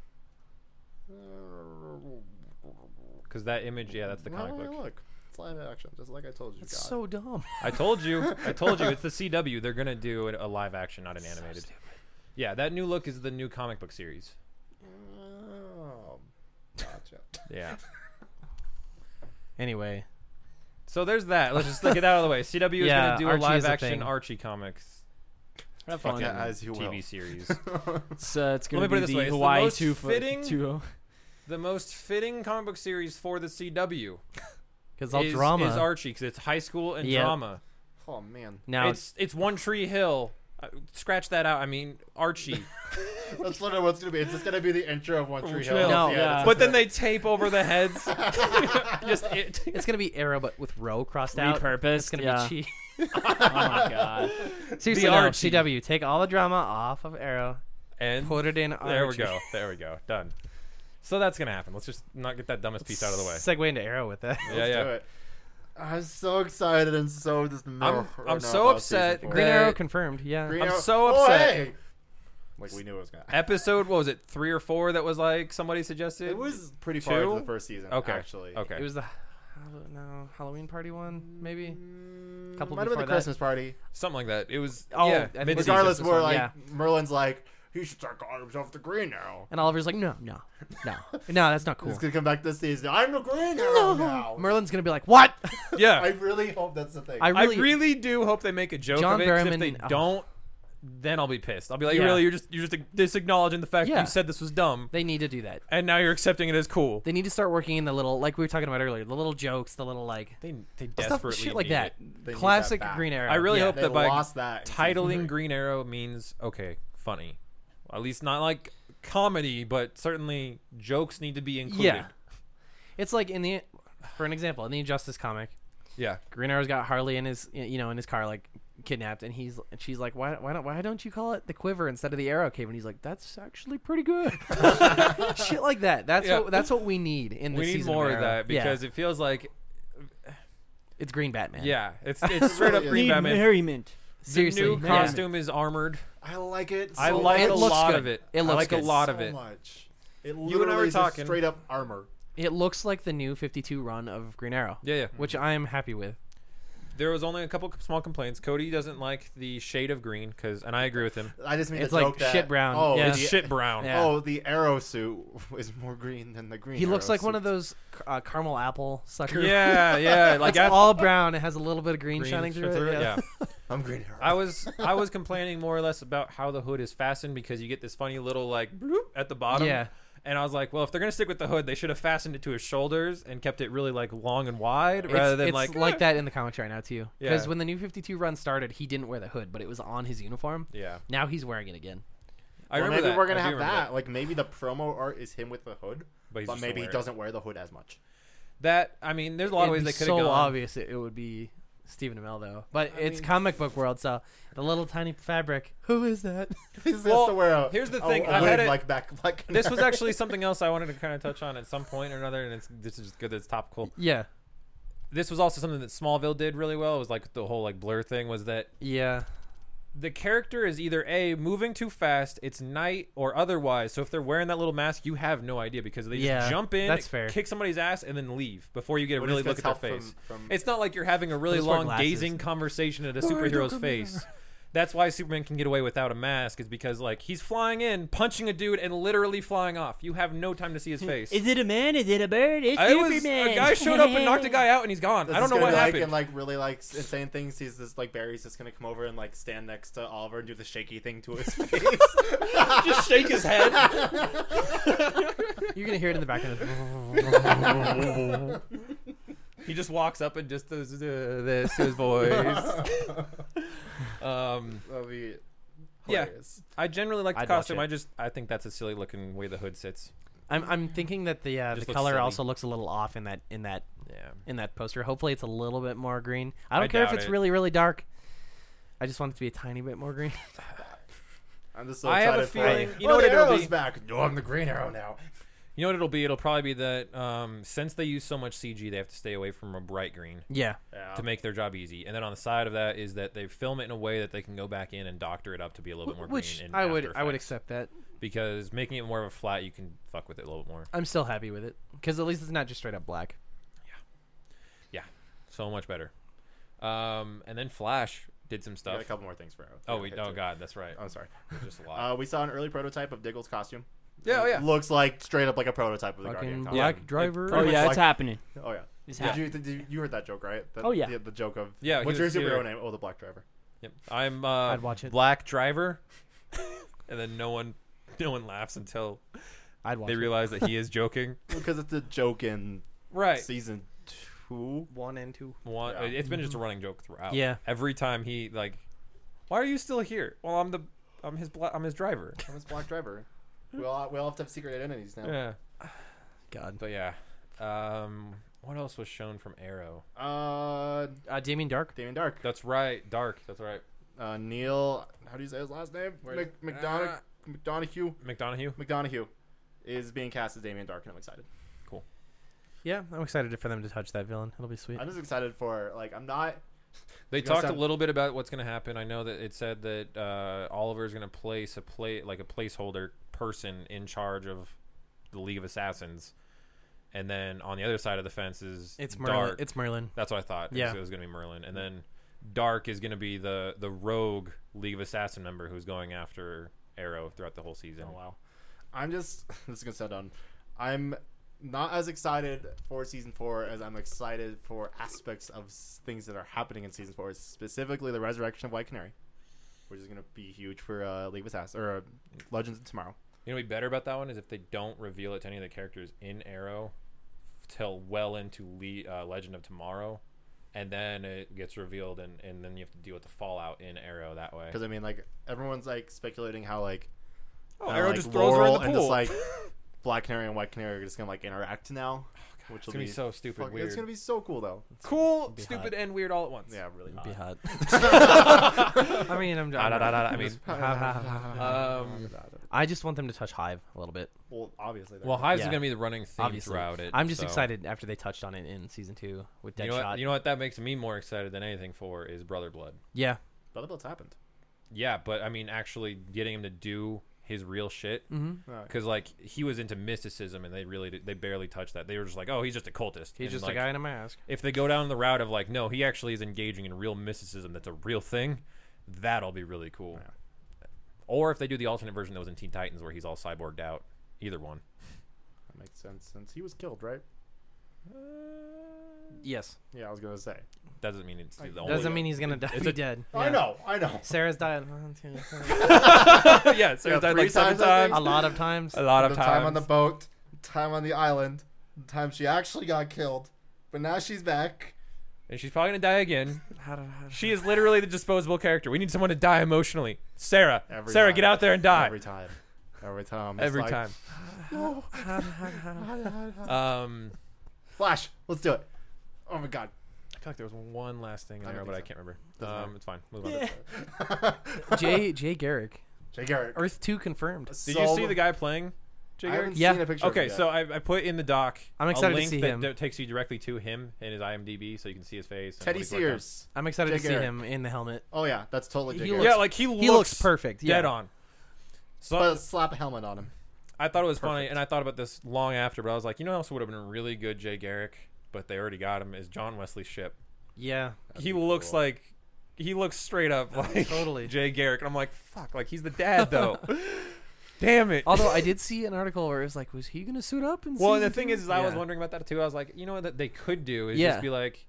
A: Because that image, yeah, that's the comic
B: Well,
A: book.
B: Look, it's live action, just like I told you.
C: It's
B: God.
C: so dumb.
A: I told you. I told you. It's the CW. They're going to do an- a live action, not an animated. Yeah, that new look is the new comic book series.
B: Oh, gotcha.
A: Yeah.
C: Anyway,
A: So there's that. Let's just get that out of the way. CW
C: Yeah,
A: is going to do
C: Archie
A: a
C: is
A: live
C: a
A: action
C: thing.
A: Archie comics
D: Have
B: Fuck
D: fun.
B: yeah, as you
A: TV
B: will.
A: series.
D: It's, uh,
A: Let
D: it's going
A: me
D: to
A: put
D: be
A: it this
D: the
A: way, it's the
D: Hawaii
A: most
D: two for
A: fitting-
D: two.
C: oh,
A: the most fitting comic book series for the CW
C: because all
A: is,
C: drama
A: is Archie because it's high school and
C: Yep.
A: drama.
B: Oh man,
C: now.
A: It's it's One Tree Hill. Uh, Scratch that out. I mean Archie.
B: that's literally what's gonna be. It's just gonna be the intro of One Tree
A: Tree
B: Hill.
A: Hill.
C: No,
B: that's
A: but
B: it.
A: then they tape over the heads. Just it.
C: it's gonna be arrow, but with row crossed out.
D: Repurposed.
C: It's gonna
D: yeah.
C: be cheap.
D: oh my god.
C: Seriously,
A: The
C: no,
A: Archie.
C: CW, take all the drama off of Arrow,
A: And
C: put it in. Archie.
A: there we go. There we go. Done. So that's gonna happen. Let's just not get that dumbest piece out of the way.
C: Segue into Arrow with that.
A: yeah,
B: Let's
A: yeah.
B: do it. I'm so excited and so just.
A: I'm- I'm so upset.
C: Green
A: Uh,
C: Arrow confirmed. Yeah.
A: I'm so
B: Oh,
A: upset.
B: Like we knew it was gonna. happen.
A: Episode what was it? Three or four? That was like somebody suggested.
B: It was pretty far
A: Two?
B: into the first season.
A: okay.
B: actually.
A: okay.
C: It was the Hall- no Halloween party one, maybe.
B: Mm,
C: Couple
B: might have been
C: before
B: the
C: that.
B: Christmas party.
A: Something like that. It was
C: Oh, I
A: yeah.
C: think it was
A: mid-season.
B: Regardless,
C: this
B: we're
C: one,
B: like
C: yeah.
B: Merlin's like he should start calling himself the Green Arrow.
C: And Oliver's like, no, no, no, no, that's not cool.
B: He's gonna come back this season. I'm the Green Arrow now.
C: Merlin's gonna be like, what?
A: yeah.
B: I really hope that's the thing.
C: I really,
A: I really do hope they make a joke
C: John
A: of it. 'cause if
C: Barrowman-
A: they
C: oh.
A: don't, then I'll be pissed. I'll be like,
C: Yeah.
A: really, you're just you're just just acknowledging the fact that
C: Yeah.
A: you said this was dumb,
C: they need to do that.
A: and now you're accepting it as cool.
C: They need to start working in the little, like we were talking about earlier, the little jokes, the little like
A: They they
C: stuff,
A: desperately
C: shit like
A: need
C: that.
A: it.
B: They need
C: Classic
B: that back.
C: Green Arrow.
A: I really
C: Yeah.
A: hope
B: they
A: that by
B: lost that in season
A: Titling
B: three.
A: Green Arrow means okay, funny. At least not like comedy, but certainly jokes need to be included.
C: Yeah. It's like in the, for an example, in the Injustice comic,
A: yeah.
C: Green Arrow's got Harley in his, you know, in his car, like kidnapped, and he's, and she's like, why, why don't, why don't you call it the Quiver instead of the Arrow Cave? And he's like, that's actually pretty good. Shit like that. That's
A: Yeah.
C: what, that's what we need in the
A: We need
C: season
A: more of
C: Arrow.
A: that
C: Yeah.
A: because it feels like
C: it's Green Batman.
A: yeah, it's it's straight up
B: Need
A: Green Batman.
D: merriment.
A: The
C: seriously,
A: new
C: yeah.
A: costume is armored.
B: I like it.
A: I
B: so
A: like
B: much.
C: it
A: a
C: looks
A: lot
C: good.
A: of it.
C: It
A: I
C: looks
A: like
C: good.
A: a lot
B: so
A: of it.
B: Much. It
A: You and I were
B: literally is just
A: talking.
B: straight up armor.
C: It looks like the new 52 run of Green Arrow,
A: Yeah, yeah.
C: which I am happy with.
A: There was only a couple small complaints. Cody doesn't like the shade of green because, and I agree with him.
B: I just mean
C: It's
B: the
C: like
B: joke that,
C: shit brown.
B: Oh,
C: Yeah.
A: It's
B: the-
A: shit brown.
C: Yeah.
B: Oh, the arrow suit is more green than the green.
C: He looks
B: arrow
C: like one
B: suit.
C: of those uh, caramel apple suckers.
A: Yeah, yeah. Like
C: It's
A: after
C: all brown. It has a little bit of green,
A: green
C: shining through, it. Yeah.
A: Yeah.
B: I'm green arrow.
A: I was I was complaining more or less about how the hood is fastened because you get this funny little like bloop at the bottom.
C: Yeah.
A: And I was like, well, if they're gonna stick with the hood, they should have fastened it to his shoulders and kept it really like long and wide
C: It's-
A: rather than
C: it's
A: like eh.
C: that in the comics right now too. Because
A: Yeah.
C: when the new Fifty Two run started, he didn't wear the hood, but it was on his uniform.
A: Yeah.
C: Now he's wearing it again.
A: I
B: Well,
A: remember
B: maybe
A: that.
B: we're gonna
A: I do
B: have
A: remember
B: that. Like maybe the promo art is him with the hood,
A: But
B: but,
A: he's just
B: maybe he
A: aware.
B: doesn't wear the hood as much.
A: That I mean, there's a lot of ways
C: It'd
A: they
C: be
A: could have
C: so
A: gone.
C: obvious it, it would be Stephen Amell though, but
B: I
C: it's
B: mean-
C: comic book world, so the little tiny fabric. Who is that?
B: He's just
A: Well,
B: to wear Oh, a-
A: here's the
B: a-
A: thing,
B: a
A: I've had
B: wig
A: it-
B: like back. Like
A: This was actually something else I wanted to kind of touch on at some point or another, and it's this is good. that It's topical.
C: Yeah,
A: This was also something that Smallville did really well. It was like the whole like blur thing was that
C: yeah.
A: the character is either a moving too fast, it's night, or otherwise. So if they're wearing that little mask, you have no idea because they just
C: Yeah,
A: jump in,
C: that's fair.
A: kick somebody's ass, and then leave before you get a
B: But
A: really
B: it's
A: look at their
B: gonna tell
A: face.
B: From, from,
A: It's not like you're having a really
C: Just wear
A: long
C: glasses.
A: gazing conversation at a superhero's face. That's why Superman can get away without a mask, is because like he's flying in, punching a dude, and literally flying off. You have no time to see his face.
D: Is it a man? Is it a bird? It's
A: I was,
D: Superman.
A: a guy showed up and knocked a guy out, and he's gone.
B: this
A: I don't
B: is
A: know
B: gonna
A: what
B: be, like,
A: happened.
B: And like really like s- insane things. He's just like Barry's just gonna come over and like stand next to Oliver and do the shaky thing to his face.
A: just shake his head.
C: You're gonna hear it in the background. Oh.
A: He just walks up and just does uh, this to his voice. um,
B: That'll be
A: Yeah.
B: hilarious.
A: I generally like the
D: I'd watch
A: costume.
D: it.
A: I just I think that's a silly looking way the hood sits.
C: I'm I'm thinking that the uh,
A: Just
C: the
A: looks
C: color
A: silly.
C: also looks a little off in that in that
A: Yeah.
C: in that poster. Hopefully, it's a little bit more green. I don't
A: I
C: care if
A: doubt
C: it's
A: it.
C: really really dark. I just want it to be a tiny bit more green.
B: I'm just so
A: I have a
B: excited for
A: feeling-
B: it.
A: you know
B: Oh, the
A: what it'll
B: arrow's
A: be?
B: back. No, I'm the Green Arrow now.
A: You know what it'll be? It'll probably be that um, since they use so much CG, they have to stay away from a bright green
C: Yeah,
B: Yeah.
A: to make their job easy. And then on the side of that is that they film it in a way that they can go back in and doctor it up to be a little bit more
C: which
A: green. in
C: I would
A: After
C: I would
A: Effects.
C: accept that.
A: because making it more of a flat, you can fuck with it a little bit more.
C: I'm still happy with it because at least it's not just straight up black.
A: So much better. Um, and then Flash did some
B: Got
A: stuff.
B: a couple more things for Arrow.
A: Oh, we,
B: Okay,
A: oh
B: too.
A: god, that's right.
B: Oh, sorry.
A: There's just a lot.
B: Uh, we saw an early prototype of Diggle's costume.
A: Yeah, oh, yeah.
B: Looks like straight up like a prototype of the
C: Fucking
B: Guardian.
C: black
A: Yeah.
C: driver.
A: Pretty
D: Oh
A: much
D: yeah, it's
B: like-
D: happening.
B: costume. Oh yeah.
D: is
B: Did
D: happening.
B: you, did you you heard that joke right? The,
D: Oh, yeah.
B: the, the joke of
A: Yeah,
B: What's
A: he
B: your
A: was
B: superhero
A: either-
B: name? Oh, the Black Driver.
A: Yep. I'm uh,
C: I'd watch it.
A: Black Driver, and then no one, no one laughs until
C: I'd watch
A: they
C: it.
A: realize that he is joking.
B: Because it's a joke in
A: Right.
B: season two.
C: one and two.
A: One,
B: Yeah.
A: It's been just a running joke throughout.
C: Yeah.
A: Every time he like, why are you still here? Well, I'm the, I'm his, bla- I'm his driver.
B: I'm his Black Driver. We all we all have to have secret identities now.
A: Yeah.
C: God.
A: But yeah. Um. What else was shown from Arrow?
B: Uh,
C: Uh, Damien Dark.
B: Damien Dark.
A: That's right. Dark. That's right.
B: Uh, Neil. How do you say his last name? Mc, McDonough.
A: Ah.
B: McDonough.
A: McDonagh.
B: McDonough is being cast as Damien Dark, and I'm excited.
C: Yeah, I'm excited for them to touch that villain. It'll be sweet.
B: I'm just excited for like I'm not.
A: They
B: It's gonna
A: talked a
B: sound-
A: little bit about what's going to happen. I know that it said that uh, Oliver's going to place a play like a placeholder person in charge of the League of Assassins, and then on the other side of the fence is
C: It's Merlin.
A: Dark.
C: It's Merlin.
A: That's what I thought. It was-
C: Yeah.
A: it was going to be Merlin, and then Dark is going to be the the rogue League of Assassin member who's going after Arrow throughout the whole season.
B: Oh wow. I'm just. This is gonna sound dumb. I'm not as excited for season four as I'm excited for aspects of s- things that are happening in season four, specifically the resurrection of White Canary, which is gonna be huge for uh, League of Assassins or uh, Legends of Tomorrow.
A: You know, what'd be better about that one is if they don't reveal it to any of the characters in Arrow till well into Le- uh, Legend of Tomorrow, and then it gets revealed, and, and then you have to deal with the fallout in Arrow that way.
B: Because I mean, like everyone's like speculating how like
A: Oh,
B: uh,
A: Arrow
B: like,
A: just throws her in
B: Laurel
A: the
B: and
A: pool.
B: just like Black Canary and White Canary are just gonna like interact now, which
A: Oh, it's
B: will
A: gonna be, so stupid,
B: fuck-
A: weird.
B: It's gonna be so cool though.
A: cool,
C: be
A: stupid,
C: hot.
A: and weird all at once.
B: Yeah, really.
C: Be hot. Uh, I mean, I'm.
A: Ah, da, da, da, da. I mean,
B: Um,
C: I just want them to touch Hive a little bit.
B: well, obviously. they're
A: well,
B: gonna-
A: Hive's
C: Yeah.
A: gonna be the running theme
C: Obviously,
A: throughout it.
C: I'm just
A: so-
C: excited after they touched on it in season two with Deadshot.
A: You know, what, you know what that makes me more excited than anything for is Brother Blood.
C: yeah,
B: Brother Build's happened.
A: Yeah, but I mean, actually getting him to do his real shit
C: Mm-hmm.
B: Alright.
A: because like he was into mysticism and they really did- they barely touched that they were just like oh he's just a cultist
C: he's
A: And,
C: just
A: like,
C: a guy in a mask.
A: if they go down the route of like no he actually is engaging in real mysticism that's a real thing that'll be really cool
B: Yeah.
A: or if they do the alternate version that was in teen titans where he's all cyborged out either one
B: That makes sense since he was killed, right?
C: Yes,
B: Yeah, I was gonna say.
A: doesn't mean it's the only
C: doesn't mean he's gonna die,
A: Oh, it's
C: be
A: a-
C: dead.
B: I
C: Yeah.
B: know, I know.
C: Sarah's died one, two, three.
A: yeah so
B: Yeah,
A: he's died
B: three
A: like seven
B: times, I
A: times
B: think.
C: a lot of times.
A: a lot
B: the
A: of times
B: time on the boat, time on the island, the time she actually got killed, but now she's back.
A: and she's probably gonna die again she is literally the disposable character we need someone to die emotionally sarah
B: Every
A: sarah
B: time.
A: get out there and die
B: Every time, every time, I'm just
A: every
B: like,
A: time
B: No.
A: um
B: Flash, let's do it. Oh my god.
A: I feel like there was one last thing
B: I
A: in there,
B: don't
A: but I
B: think
A: can't remember.
B: Doesn't
A: um,
B: matter.
A: it's fine. Move on.
C: Jay Jay Garrick,
B: Jay Garrett.
C: Earth two confirmed.
A: Did you see the guy playing? Jay
B: I haven't
A: Garrick?
C: Yeah.
B: seen a picture. of
A: Okay,
B: him yet.
A: so I, I put in the doc.
C: I'm excited
A: a
C: to
A: link
C: see
A: that,
C: him.
A: that takes you directly to him and his IMDb, so you can see his face. and
B: Teddy
A: what he's worked on.
B: Sears.
C: I'm excited
B: Jay
C: to see
B: Garrick.
C: him in the helmet.
B: Oh yeah, that's totally Jay
C: He
B: Garrett.
A: Yeah, like he looks,
C: He looks perfect. Yeah.
A: dead on. So
B: but slap a helmet on him.
A: I thought it was funny, and I thought about this long after, but I was like, you know, what else would have been a really good Jay Garrick, but they already got him is John Wesley Ship.
C: Yeah,
A: he looks like he looks straight up like
C: Totally.
A: Jay Garrick, and I'm like, fuck, like he's the dad though. Damn it.
C: Although I did see an article where it was like, was he gonna suit up? In
A: Well, and the
C: season
A: thing
C: two?
A: is, is I was
C: Yeah.
A: wondering about that too. I was like, you know what that they could do is
C: Yeah.
A: just be like,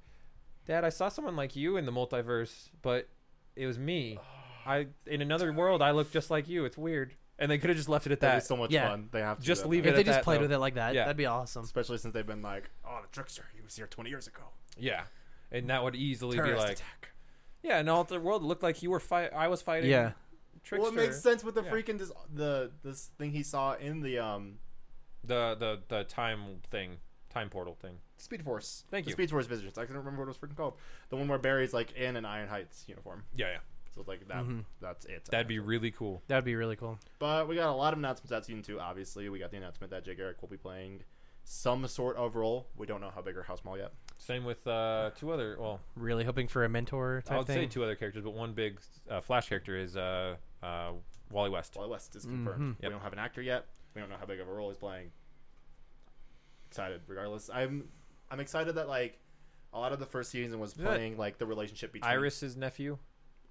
A: Dad, I saw someone like you in the multiverse, but it was me. I in another world, I look just like you. It's weird. And they could have just left it at
B: That'd be
A: that.
B: so much
C: yeah.
B: fun. They have to
A: Just
B: do that
A: leave
B: now.
A: it
C: If they
A: at
C: just
A: that,
C: played
A: though.
C: with it like that,
A: Yeah.
C: that'd be awesome.
B: Especially since they've been like, oh, the trickster, he was here 20 years ago.
A: yeah, and that would easily be
B: Terrorist
A: like,
B: attack.
A: yeah, in all the world, it looked like you were fight. I was fighting.
C: Yeah.
A: Trickster.
B: Well, it makes sense with the
A: Yeah.
B: freaking dis- the this thing he saw in the um
A: The the the time thing, time portal thing.
B: Speed Force.
A: Thank
B: The
A: you.
B: Speed Force Visions. I couldn't remember what it was freaking called. The one where Barry's like in an Iron Heights uniform.
A: Yeah, yeah,
B: So it's like that. That's it.
A: Mm-hmm. that'd be really cool.
C: That'd be really cool.
B: But we got a lot of announcements at season two. Obviously, we got the announcement that Jake Eric will be playing some sort of role. We don't know how big or how small yet.
A: Same with uh, two other. Well,
C: Really hoping for a mentor
A: I
C: type
A: would
C: thing.
A: say two other characters, but one big uh, Flash character is uh, uh, Wally West.
B: Wally West is confirmed. We
A: Mm-hmm. Yep.
B: don't have an actor yet. We don't know how big of a role he's playing. Excited, regardless. I'm I'm excited that like a lot of the first season was
A: Is that
B: playing like the relationship between
A: Iris's nephew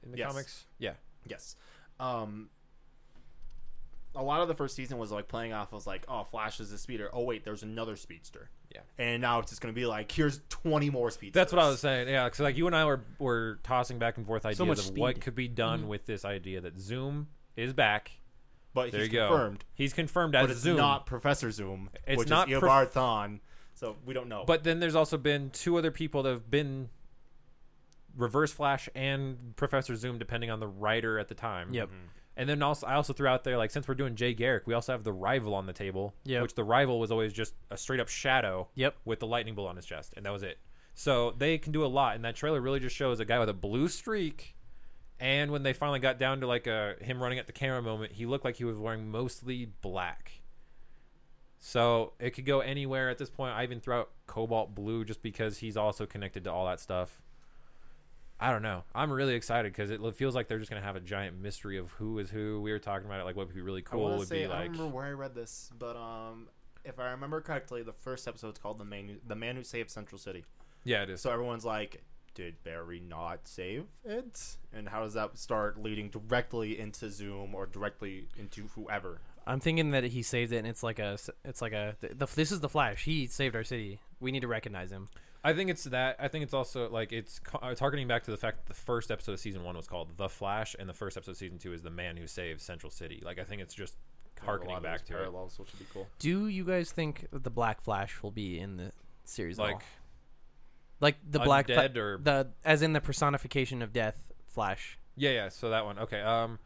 A: in the
B: Yes.
A: comics. Yeah.
B: Yes. Um a lot of the first season was like playing off was like, oh, Flash is a speeder. Oh wait, there's another speedster.
A: Yeah.
B: And now it's just gonna be like, here's twenty more speedsters.
A: That's what I was saying. Yeah, because like you and I were were tossing back and forth ideas
D: much
A: of what
D: speed.
A: could be done with this idea that Zoom is back.
B: But
A: There
B: he's
A: you
B: confirmed.
A: go. He's confirmed as
B: But it's
A: Zoom.
B: not Professor Zoom.
A: It's
B: which
A: not
B: is
A: prof-
B: Eobard Thawne. So we don't know.
A: But then there's also been two other people that have been Reverse Flash and Professor Zoom, depending on the writer at the time.
C: Yep.
A: And then also, I also threw out there like since we're doing Jay Garrick, we also have the rival on the table.
C: Yep.
A: Which the rival was always just a straight up shadow.
C: Yep.
A: With the lightning bolt on his chest, and that was it. So they can do a lot, and that trailer really just shows a guy with a blue streak. And when they finally got down to like a him running at the camera moment, he looked like he was wearing mostly black. So it could go anywhere at this point. I even threw out cobalt blue just because he's also connected to all that stuff. I don't know. I'm really excited because it l- feels like they're just gonna have a giant mystery of who is who. We were talking about it, like what would be really
B: I
A: cool
B: wanna
A: would be
B: say, I
A: like.
B: don't remember where I read this, but um, if I remember correctly, the first episode's called "The Man Who, the Man Who Saved Central City."
A: Yeah, it is.
B: So everyone's like, "Did Barry not save it?" And how does that start leading directly into Zoom or directly into whoever?
C: I'm thinking that he saved it, and it's like a, it's like a. The, this is the Flash. He saved our city. We need to recognize him.
A: I think it's that. I think it's also like it's co- uh, targeting back to the fact that the first episode of season one was called "The Flash" and the first episode of season two is "The Man Who Saves Central City." Like I think it's just
B: A lot
A: harkening
B: of
A: back
B: those
A: to it.
B: parallels, which would be cool.
C: Do you guys think that the Black Flash will be in the series? at all?
A: Like
C: like the Black Fla-
A: Undead or-
C: the as in the personification of death Flash.
A: Yeah, yeah. So that one. Okay. Um,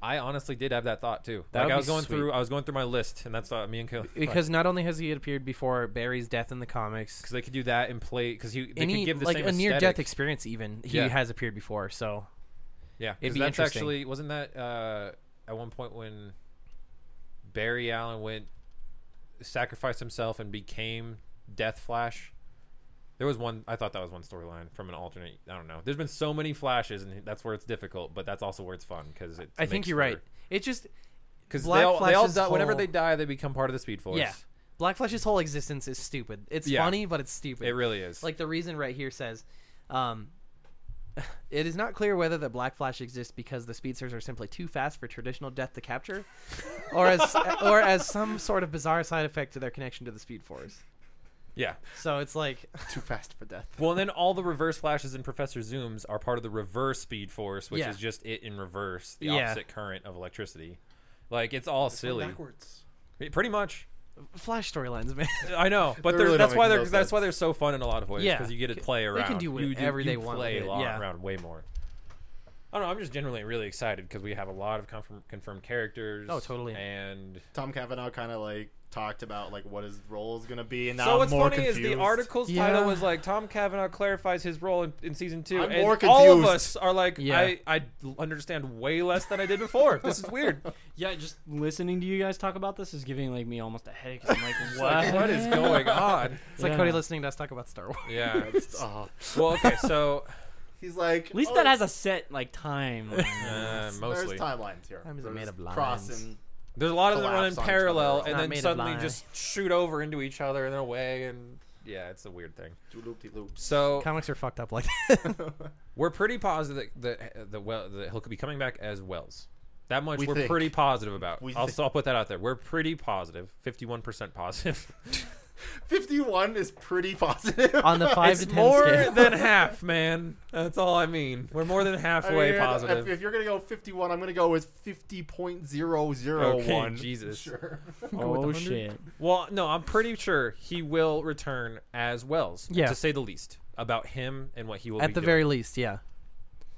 A: I honestly did have that thought too.
C: That
A: like
C: would
A: I
C: be
A: was going
C: sweet.
A: through, I was going through my list, and that's uh, me and Kayla.
C: Because not only has he appeared before Barry's death in the comics,
A: because they could do that and play because you they
C: any
A: could give the
C: like
A: same
C: a near death
A: aesthetic.
C: experience, even he
A: Yeah.
C: has appeared before. So
A: Yeah,
C: It'd
A: 'cause
C: be
A: that's
C: interesting.
A: actually wasn't that uh, at one point when Barry Allen went sacrificed himself and became Death Flash. There was one. I thought that was one storyline from an alternate. I don't know. There's been so many flashes, and that's where it's difficult. But that's also where it's fun because it.
C: I think you're right. It just
A: Because they
C: Black
A: all, they all
C: Flash's
A: die, whenever
C: whole-
A: they die, they become part of the Speed Force.
C: yeah, Black Flash's whole existence is stupid. It's
A: Yeah.
C: funny, but it's stupid.
A: it really is.
C: like the reason right here says um, it is not clear whether the black flash exists because the speedsters are simply too fast for traditional death to capture or as or as some sort of bizarre side effect to their connection to the speed force
A: yeah.
C: so it's like
B: Too fast for death.
A: Well, and then all the reverse flashes in Professor Zooms are part of the reverse speed force, which
C: Yeah.
A: is just it in reverse, the
C: Yeah.
A: opposite current of electricity. Like it's all silly,
B: Backwards.
A: It- pretty much.
C: flash storylines man
A: I know, but
B: They're
A: they're,
B: really
A: that's
B: not
A: why
B: making
A: they're
B: no
A: that's why
B: sense.
A: they're so fun in a lot of ways
C: Yeah.
A: because you get to play
C: They
A: around.
C: can do
A: You
C: whatever
A: you
C: they want
A: Play
C: with it,
A: a lot
C: yeah.
A: around way more. I don't know. I'm just generally really excited because we have a lot of confirm, confirmed characters.
C: Oh, totally.
A: And
B: Tom Cavanaugh kind of like talked about like what his role is gonna be, and now
A: so
B: I'm
A: what's
B: more
A: funny
B: confused.
A: is the article's
C: Yeah.
A: title was like Tom Cavanaugh clarifies his role in, in season 2
B: I'm
A: and
B: more
A: all of
B: confused.
A: us are like,
C: Yeah.
A: I I understand way less than I did before. this is weird.
D: Yeah, just listening to you guys talk about this is giving like me almost a headache. 'cause I'm like,
A: It's
D: what?
A: like, what is going on?
C: it's like
D: Yeah.
C: cody listening to us talk about star wars
A: Yeah.
B: Oh.
A: Well, okay, so
B: He's like
D: At least
B: "Oh,
D: that has a set like time.
A: uh,
B: There's
A: mostly
B: timelines here.
C: Times are
B: There's
C: made of lines.
B: Cross and
A: There's a lot of them running
B: collapse on each other.
A: parallel
B: It's
A: and
C: not
A: then
C: made of
A: suddenly
C: lie.
A: just shoot over into each other and they're away and yeah, it's a weird thing.
B: do loop de loops.
A: So
C: comics are fucked up like that
A: we're pretty positive that that the well that he'll be coming back as Wells. That much
B: We
A: we are
B: think.
A: pretty positive about.
B: We
A: I'll,
B: think.
A: so I'll put that out there. We're pretty positive, fifty-one percent positive.
B: 51 is pretty positive.
C: on the five
A: it's
C: to ten
A: more
C: scale
A: than half, man. That's all I mean. We're more than
B: I mean,
A: halfway
B: if-
A: positive.
B: If, you're going to go 51, I'm going to go with 50.001.
A: Okay, Jesus.
B: Sure.
D: oh
C: with the
D: shit!
A: Well, no, I'm pretty sure he will return as Wells,
C: Yeah.
A: to say the least, about him and what he will be
C: at the
A: doing.
C: very least yeah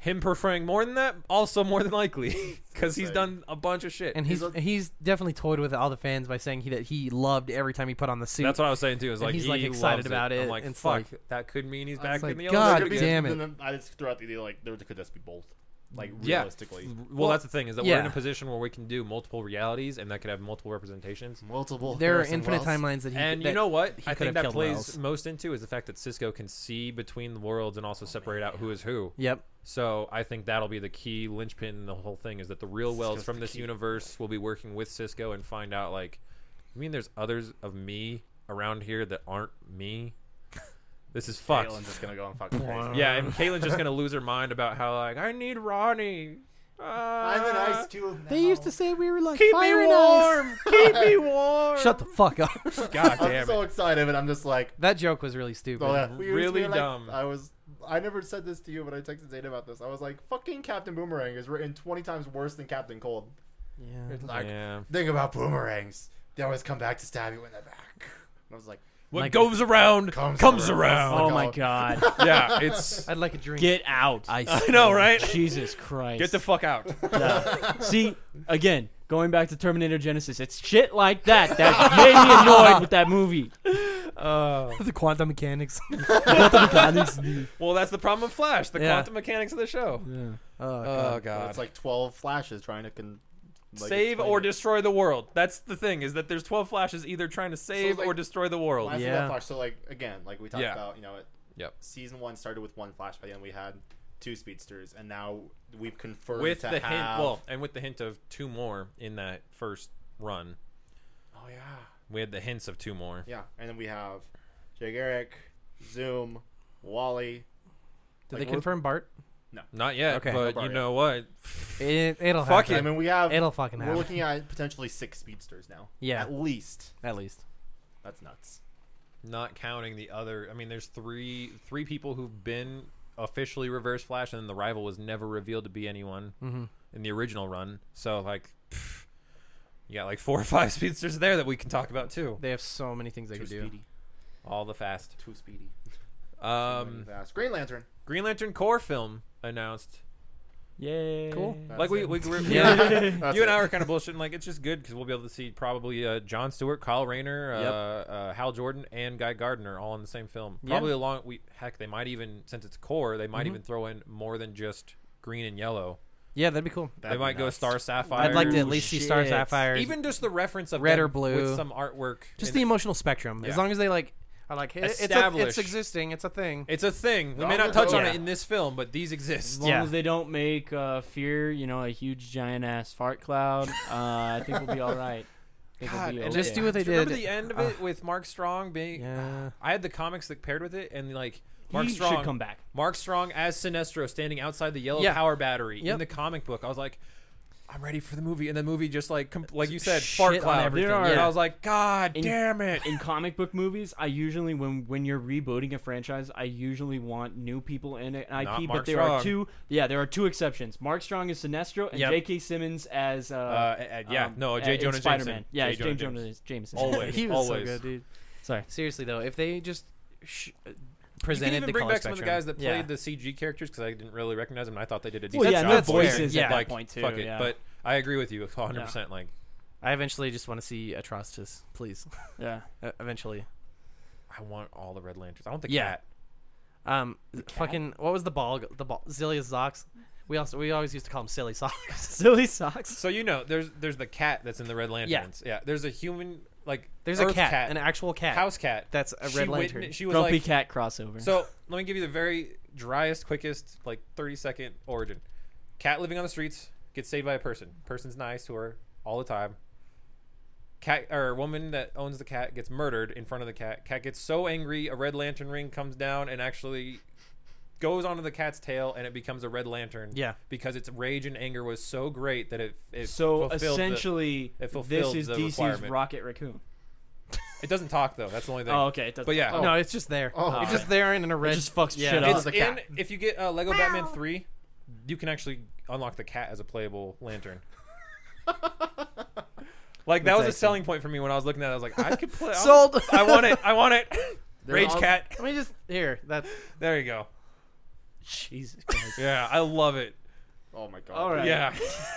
A: him preferring more than that also more than likely because he's
B: Right.
A: done a bunch of shit
C: and he's
B: He's a-
C: he's definitely toyed with all the fans by saying he that he loved every time he put on the suit
A: that's what i was saying too is
C: And
A: like
C: he's, like,
A: he
C: excited
A: loves
C: about it,
A: i'm like
C: and it's
A: fuck
C: like-
A: that could mean he's
B: It's
A: back
C: like,
A: in the
C: God
A: Olympics again.
C: damn it.
B: Then I just throw out the idea, like, there could just be both. Like,
A: yeah
B: realistically.
A: well that's the thing is that we're in
C: Yeah.
A: a position where we can do multiple realities and that could have multiple representations
B: Multiple.
C: there are
B: Harrison
C: infinite
B: Wells.
C: timelines that he
A: and you
C: that-
A: know what
C: he
A: i
C: could
A: think
C: have
A: that
C: killed
A: plays
C: Miles.
A: most into is the fact that cisco can see between the worlds and
B: Oh,
A: also separate out who is who
C: Yep.
A: So I think that'll be the key linchpin in the whole thing is that the real Wells
B: Cisco's
A: from
B: the
A: this
B: key.
A: universe will be working with Cisco and find out like, I mean, there's others of me around here that aren't me. This is fucked.
B: Caitlin's just going to go and fucking crazy.
A: Yeah, and Caitlin's just gonna lose her mind about how like I need Ronnie.
B: I'm an ice cube.
C: They used to say we were like
A: keep me
C: fire and ice.
A: warm. keep me warm.
C: Shut the fuck up.
A: God
B: I'm
A: damn
B: so
A: it.
B: excited, and I'm just like,
C: that joke was really stupid.
B: oh, yeah. We used to
A: Really
B: be like-
A: dumb.
B: I was. I never said this to you, but I texted Zayden about this. I was like, "Fucking Captain Boomerang is written 20 times worse than Captain Cold."
C: Yeah.
B: Like,
A: yeah.
B: think about boomerangs. They always come back to stab you in the back. And I was like,
A: What
C: Like-
A: goes around
B: Comes
A: comes,
B: around.
A: around.
D: Oh
B: God.
D: my god.
A: yeah, it's.
C: I'd like a drink.
D: Get out.
A: I know, right?
D: Jesus Christ.
A: Get the fuck out.
D: Yeah. See, again, going back to Terminator Genesis, it's shit like that that made me annoyed with that movie.
A: Uh,
C: the quantum mechanics.
A: well, that's the problem of Flash, the
C: Yeah.
A: quantum mechanics of the show.
C: Oh,
A: Oh
C: God.
A: god.
B: it's like 12 flashes trying to con- like,
A: save
B: explain
A: or
B: it.
A: destroy the world. That's the thing is that there's 12 flashes either trying to save
B: like,
A: or destroy the world.
B: Last of that
C: Yeah.
B: Flash. So like again, like we talked
A: Yeah.
B: about, you know, it,
A: Yep.
B: season one started with one Flash. By the end, we had two Speedsters, and now we've confirmed
A: With
B: to
A: the hint,
B: have-
A: well, and with the hint of two more in that first run.
B: oh yeah,
A: We had the hints of two more.
B: yeah, and then we have Jake Eric, Zoom, Wally.
C: Did
B: Like,
C: they confirm Bart?
A: Not yet,
C: Okay.
A: but
B: Not
A: you
B: yet.
A: know what?
C: It, it'll
A: Fuck
B: I
C: happen.
B: mean, we have.
C: It'll fucking
B: we're
C: happen.
B: looking at potentially six Speedsters now.
C: Yeah.
B: at least
C: At least.
B: that's nuts.
A: Not counting the other. I mean, there's three three people who've been officially Reverse Flash, and then the rival was never revealed to be anyone in the original run. So like, pff, you got like four or five speedsters there that we can talk about too.
C: They have so many things they
B: Too
C: could do.
B: speedy.
A: All the fast.
B: Too speedy.
A: Um,
B: Fast. Green Lantern.
A: Green Lantern core film announced.
D: Yay.
C: Cool.
A: like we,
B: it.
A: we, we
D: Yeah.
B: That's
A: you
B: it.
A: and I were kind of bullshitting. Like it's just good because we'll be able to see probably uh, John Stewart, Kyle Rayner, uh,
D: Yep.
A: uh, Hal Jordan, and Guy Gardner all in the same film.
D: Yeah.
A: Probably along. We heck, they might even since it's core, they might even throw in more than just green and yellow.
C: Yeah, that'd be cool.
A: they
B: That'd be
A: might go
B: nuts.
A: Star Sapphire.
C: I'd like to
D: Ooh,
C: at least see Star
D: shit.
C: Sapphire.
A: even just the reference of
C: Red
A: them
C: or blue.
A: with some artwork.
C: just
A: in
C: the
A: it.
C: emotional spectrum. As
A: Yeah.
C: long as they like are like, hey, it's, a,
A: Establish.
C: it's existing. It's a thing.
A: It's a thing. We
B: Oh,
A: may not touch on
D: yeah.
A: it in this film, but these
D: As
A: exist.
D: long
C: Yeah.
D: as they don't make uh, fear, you know, a huge giant ass fart cloud, uh, I think we'll be all right. I think we'll
A: God,
D: be
A: and
C: Just
D: okay.
C: do what they
A: Do you remember
C: did.
A: the end of
C: Uh,
A: it with Mark Strong being?
C: yeah.
A: I had the comics that paired with it, and like
D: He
A: Mark Strong
D: should come back.
A: Mark Strong as Sinestro standing outside the yellow
C: Yeah.
A: power battery
C: Yep.
A: in the comic book. I was like, I'm ready for the movie, and the movie just like, com- like you said, fart
C: Shit on
A: cloud.
C: everything,
A: There are- And
D: yeah.
A: I was like, God
D: In-
A: damn it!
D: in comic book movies, I usually when when you're rebooting a franchise, I usually want new people in it. An
A: Not
D: IP, but
A: Mark
D: there are
A: Strong.
D: two. Yeah, there are two exceptions. Mark Strong is Sinestro, and
C: Yep.
D: J.K. Simmons as uh,
A: Uh, uh, yeah,
D: um,
A: no,
D: uh,
A: J.
D: in
A: Jonah
D: Spider-Man.
A: Jameson.
D: Yeah,
A: J.
D: it's
A: Jonah
D: J. Jonah
A: Jameson.
D: Jameson.
A: Always.
C: he was
A: always.
C: so good, dude.
D: Sorry.
C: Seriously though, if they just sh- uh,
A: You can
C: presented
A: even
C: the
A: bring
C: color
A: back some of the
C: spectrum.
A: guys that played
C: Yeah.
A: the CG characters because I didn't really recognize them. and I thought they did a decent
D: Well, yeah,
A: job.
D: and their
A: for it.
D: voices
C: at
A: But,
C: that
A: like,
D: point, too,
A: Fuck it,
D: yeah.
A: but I agree with you 100. percent Like,
C: I eventually just want to see Atrocitus, please.
D: Yeah.
C: Uh, eventually.
A: I want all the Red Lanterns. I want the
C: Yeah.
A: cat.
C: Um, fucking what was the ball? The ball, Zillia Zox. We also we always used to call him Silly Socks.
D: Silly socks.
A: So you know, there's there's the cat that's in the Red Lanterns. Yeah, there's a human like
C: There's a
A: Earth
C: cat, an actual cat.
A: house cat.
C: That's a
A: She
C: Red Lantern.
A: witne- she was
D: Grumpy
A: like,
D: cat crossover.
A: So let me give you the very driest, quickest, like thirty second origin. Cat living on the streets gets saved by a person. Person's nice to her all the time. Cat or woman that owns the cat gets murdered in front of the cat. Cat gets so angry, a red lantern ring comes down and actually goes onto the cat's tail, and it becomes a red lantern.
C: Yeah.
A: because its rage and anger was so great that it it
D: so
A: fulfilled the-
D: essentially,
A: it
D: this
A: fulfilled
D: is
A: the
D: DC's
A: requirement.
D: Rocket Raccoon.
A: it doesn't talk though. That's the only thing.
D: Oh, okay. It doesn't-
A: But yeah.
C: No, it's just there.
B: Oh.
C: it's just there and in a red.
D: just fucks
C: yeah.
D: shit up.
A: It's
B: the
A: in.
B: cat.
A: If you get uh, Lego Batman three, you can actually unlock the cat as a playable lantern. like that was
C: That's
A: a
C: excellent.
A: selling point for me when I was looking at. it. I was like, I could play. I-
C: Sold.
A: I want it. I want it.
B: There's
A: Rage
B: also-
A: cat.
C: Let me just here. That's
A: There you go.
D: Jesus Christ.
A: Yeah, I love it.
B: Oh my god.
D: All right.
A: Yeah,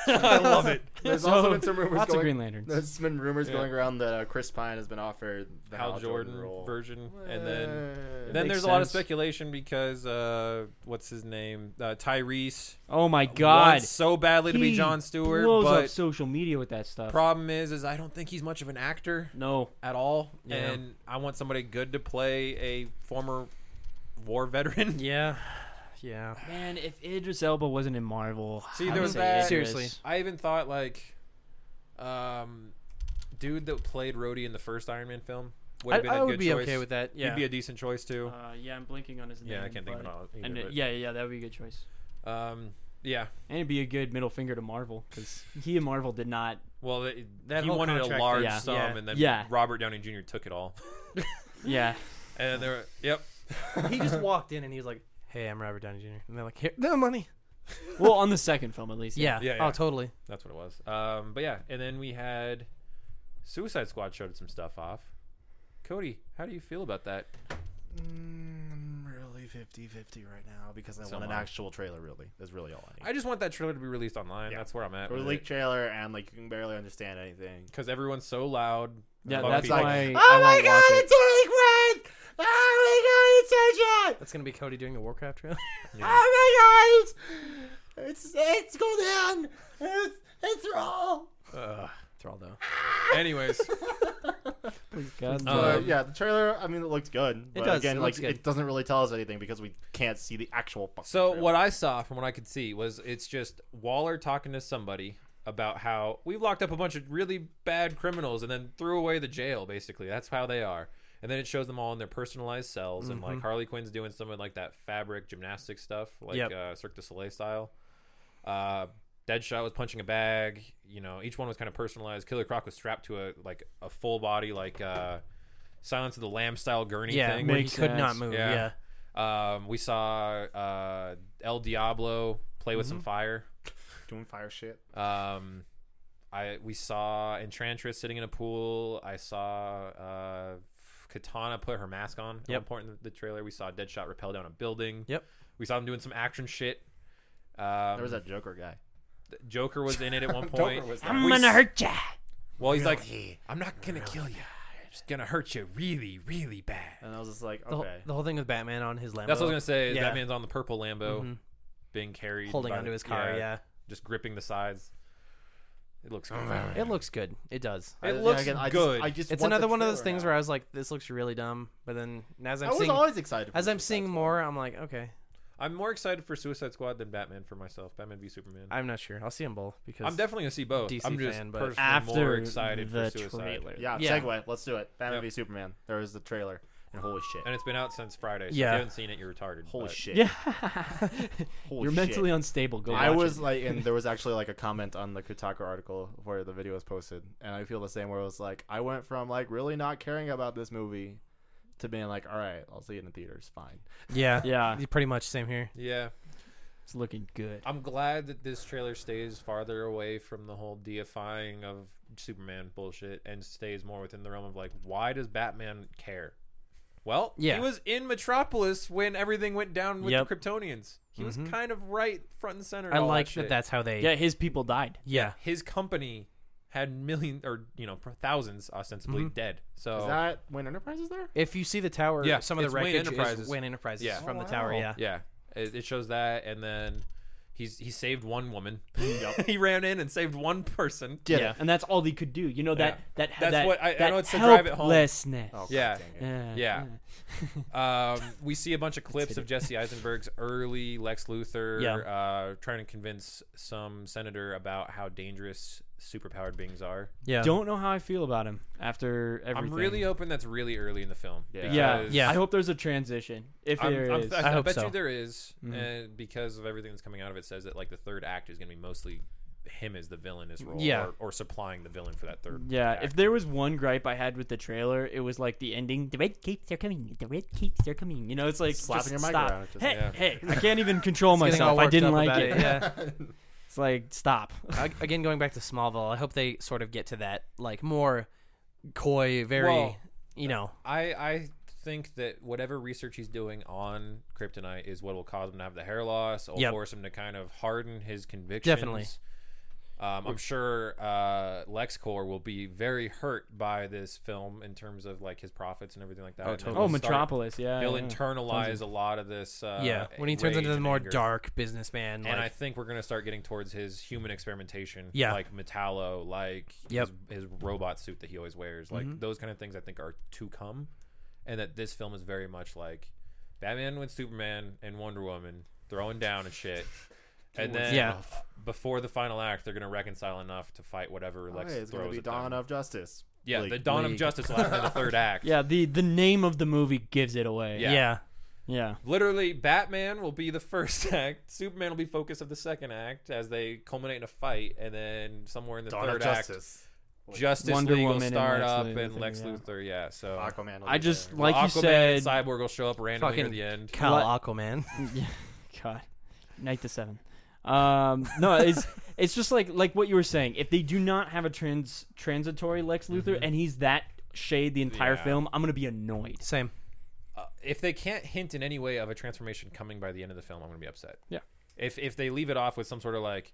A: I love it.
B: There's
D: So,
B: also been some rumors
D: lots
B: going,
D: of Green Lanterns.
B: There's been rumors
A: Yeah.
B: going around that uh, Chris Pine has been offered the
A: Hal Jordan
B: role.
A: version, and then
B: Eh.
A: then
D: makes
A: there's a lot of
D: sense.
A: speculation because uh, what's his name? Uh, Tyrese.
D: Oh my God.
A: wants so badly to be
D: He
A: John Stewart,
D: blows
A: but
D: up social media with that stuff.
A: problem is, is I don't think he's much of an actor.
D: no.
A: at all,
C: Yeah.
A: and I want somebody good to play a former war veteran.
C: yeah, yeah.
D: Man, if Idris Elba wasn't in Marvel,
A: See,
D: I
A: there
D: would
A: was
D: say
A: that-
D: Idris.
C: Seriously.
A: I even thought like, um, dude that played Rhodey in the first Iron Man film would
C: I,
A: have been a
C: I
A: good
C: would be
A: choice.
C: okay with that. Yeah,
A: He'd be a decent choice too.
D: Uh, yeah, I'm blinking on his name.
A: yeah, I can't think of
D: but-
A: it all. Either,
D: And, uh,
A: but,
D: yeah, yeah, that would be a good choice.
A: Um, Yeah.
D: and it'd be a good middle finger to Marvel because he and Marvel did not.
A: Well, it,
C: That
A: he
C: whole
A: wanted a
C: contract
A: large
D: thing. Yeah.
A: sum,
C: Yeah.
A: and then
D: Yeah.
A: Robert Downey Jr. took it all.
D: Yeah,
A: And they were, yep.
C: he just walked in and he was like, "Hey, I'm Robert Downey Jr." And they're like, "Here, no money."
D: well, on the second film at least.
C: Yeah.
A: Yeah, yeah.
C: Oh, totally.
A: That's what it was. Um, but yeah, and then we had Suicide Squad showed some stuff off. Cody, how do you feel about that?
B: Mm, I'm really 50-50 right now because I
A: So
B: want an
A: am I.
B: actual trailer. Really, is really all I need.
A: I just want that trailer to be released online.
B: Yeah.
A: That's where I'm at.
B: or a leaked trailer, and like you can barely understand anything.
A: Because everyone's so loud.
D: Yeah,
A: Fuck
D: that's
A: people.
D: why.
B: oh
D: I
B: my
D: won't
B: god,
D: watch it.
B: it's Eric Red! Oh my god, it's Edge!
C: That's gonna be Cody doing a Warcraft trailer.
A: Yeah.
B: Oh my god, it's it's it's go down. It's it's roll.
A: Ugh.
C: Thrall though.
A: Anyways,
D: Please, God,
A: Um,
D: no.
B: but yeah, the trailer. I mean, it looked good. But
C: does,
B: Again,
C: it
B: like
C: looks good.
B: it doesn't really tell us anything because we can't see the actual. Fucking
A: so
B: trailer.
A: what I saw from what I could see was it's just Waller talking to somebody about how we've locked up a bunch of really bad criminals and then threw away the jail. Basically, that's how they are. And then it shows them all in their personalized cells, and
C: Mm-hmm.
A: like Harley Quinn's doing some of like that fabric gymnastics stuff, like
C: Yep.
A: uh, Cirque du Soleil style. Uh, Deadshot was punching a bag. You know, each one was kind of personalized. Killer Croc was strapped to a like a full body like uh, Silence of the Lamb style gurney
C: Yeah,
A: thing.
C: where he
D: Makes
C: could not
D: sense.
C: move.
A: Yeah.
C: Yeah.
A: Um, we saw uh, El Diablo play with some
C: Mm-hmm.
A: fire.
B: doing fire shit.
A: Um, I we saw Enchantress sitting in a pool. I saw uh, Katana put her mask on at
C: Yep.
A: one point in the trailer. We saw Deadshot rappel down a building.
C: Yep.
A: We saw him doing some action shit. Um,
B: There was that Joker guy.
A: Joker was in it at one point.
B: was
A: We
D: I'm gonna
A: s-
D: hurt ya.
A: Well, he's like, I'm not gonna kill you. I'm just gonna hurt you really, really bad.
B: And I was just like,
C: The, whole-
B: okay.
C: the whole thing with Batman on his Lambo,
A: That's what I was gonna say. is
C: Yeah.
A: Batman's on the purple Lambo,
C: Mhm.
A: being carried,
C: holding
A: by
C: onto
A: the-
C: his car. Yeah.
A: just gripping the sides. It looks.
D: Oh,
C: It looks good. It does.
A: It
B: I-
A: looks
B: again, I just-
A: good.
B: I just
C: It's
B: want the
C: another one of those
B: trailer
C: things
B: now.
C: where I was like, "This looks really dumb," but then as
B: i
C: I'm
B: was
C: seeing
B: always excited. for
C: as I'm
B: Suicide
C: seeing
B: Squad.
C: more, I'm like, "Okay,
A: I'm more excited for Suicide Squad than Batman for myself. Batman v Superman. I,
C: I'm not sure. I'll see them both because
A: am definitely gonna see both.
C: DC
A: I'm just
C: fan, but-
A: personally
D: After
A: more excited
D: the
A: for Suicide.
D: trailer.
B: Yeah,
C: Yeah.
B: segue. Let's do it. Batman
A: Yep.
B: v Superman. There was the trailer, and holy shit.
A: And it's been out since Friday. So if you
C: Yeah.
A: haven't seen it, you're retarded.
B: holy
A: but-
B: shit.
D: Yeah,
B: Holy
D: you're
B: shit.
D: mentally unstable. Go.
B: I
D: watch
B: was
D: it.
B: like, and there was actually like a comment on the Kotaku article where the video was posted, and I feel the same. Where it was like, I went from like really not caring about this movie to being like, all right, I'll see it in the theaters. Fine.
C: yeah,
D: Yeah,
C: pretty much same here.
A: Yeah,
D: it's looking good.
A: I'm glad that this trailer stays farther away from the whole deifying of Superman bullshit and stays more within the realm of like, why does Batman care? Well,
C: Yeah.
A: he was in Metropolis when everything went down with
D: Yep.
A: the Kryptonians. He was kind of right front and center. in
C: Mm-hmm. I
A: all
C: like
A: that,
C: that.
A: shit.
C: That's how they.
D: Yeah, his people died.
C: yeah.
A: his company had million or you know thousands ostensibly
C: Mm-hmm.
A: dead. So
B: Is that when Enterprise is there?
C: If you see the tower,
A: Yeah,
C: some of the
A: it's Wayne
C: wreckage
A: Enterprises.
C: is Wayne Enterprises
A: Yeah.
C: from
B: Oh,
C: the tower.
B: wow.
C: Yeah.
A: yeah, it, it shows that, and then he's he saved one woman.
B: Yep.
A: he ran in and saved one person.
B: Did
D: yeah,
B: it?
D: and that's all they could do. You know that
A: Yeah.
D: that
A: That's
D: that,
A: what I- I
D: that
A: know it's to drive it home.
D: helplessness.
B: Oh, God
A: Yeah.
B: dang it.
A: Yeah.
D: Yeah.
A: Um, we see a bunch of clips
D: hit
A: of
D: it.
A: Jesse Eisenberg's early Lex Luthor
D: Yeah.
A: uh, trying to convince some senator about how dangerous superpowered beings are.
C: Yeah.
D: Don't know how I feel about him after everything.
A: I'm really hoping that's really early in the film.
B: Yeah.
D: yeah.
A: because
C: Yeah.
D: I hope there's a transition. If
A: I'm-
D: there
A: I'm-
D: is.
A: I,
C: I
A: I
C: hope
A: bet
C: so.
A: you there is,
D: Mhm.
A: uh, because of everything that's coming out of it. Says that like the third act is going to be mostly him as the villain, his role,
C: Yeah.
A: or, or supplying the villain for that third.
D: yeah,
A: act.
D: if there was one gripe I had with the trailer, it was like the ending. The red capes are coming. The red capes are coming. You know, it's like
B: Slapping
D: just
B: your mic
D: stop.
B: around, just-
D: hey,
A: yeah.
D: hey, I can't even control
C: It's getting all
D: myself. I
C: worked
D: didn't
C: up
D: like
C: about
D: it.
C: Yeah.
D: It's like stop.
C: Ag- Again, going back to Smallville, I hope they sort of get to that like more coy, very
A: Well,
C: you know.
A: I I think that whatever research he's doing on kryptonite is what will cause him to have the hair loss or
C: Yep.
A: force him to kind of harden his convictions. Um, I'm sure uh, LexCorp will be very hurt by this film in terms of like his profits and everything like that. and
C: totally.
A: he'll
D: Oh,
A: start-
D: Metropolis. Yeah.
A: He'll
D: yeah.
A: internalize a lot of this. Uh,
C: yeah, when he turns
A: rage
C: into the
A: and
C: more
A: anger.
C: dark businessman,
A: and I
C: like,
A: think we're gonna start getting towards his human experimentation,
C: Yeah.
A: like Metallo, like
C: Yep. Mm-hmm.
A: his, his robot suit that he always wears, like those kind of things. I think are to come, and that this film is very much like Batman with Superman and Wonder Woman throwing down and shit, and then
C: Yeah.
A: before the final act, they're gonna reconcile enough to fight whatever
B: Oh,
A: Lex
B: hey, it's
A: throws
B: gonna be
A: at them.
B: Dawn of Justice.
A: yeah,
B: Like,
A: the dawn of
C: League.
A: justice will happen in the third act.
D: Yeah, the the name of the movie gives it away.
A: yeah.
C: yeah.
D: Yeah.
A: Literally, Batman will be the first act. Superman will be focus of the second act as they culminate in a fight, and then somewhere in the
B: Dawn
A: third
B: of Justice.
A: act, Justice
D: Wonder
A: League will
D: Woman and
A: start
D: Lex
A: up,
D: Luthor
A: and
D: thing,
A: Lex
D: yeah.
A: Luthor. Yeah, so
B: Aquaman. will
D: I
B: be
D: just
B: there.
D: like
A: Aquaman
D: you said.
A: and Cyborg will show up randomly near
C: Fucking
A: the end.
C: Kyle
D: What?
C: Aquaman.
D: Yeah, God, night to seven. Um, no, it's it's just like like what you were saying. If they do not have a trans transitory Lex Luthor and he's that shade the entire
A: Yeah.
D: film, I'm gonna be annoyed.
C: Same.
A: Uh, if they can't hint in any way of a transformation coming by the end of the film, I'm going to be upset.
D: Yeah.
A: If if they leave it off with some sort of like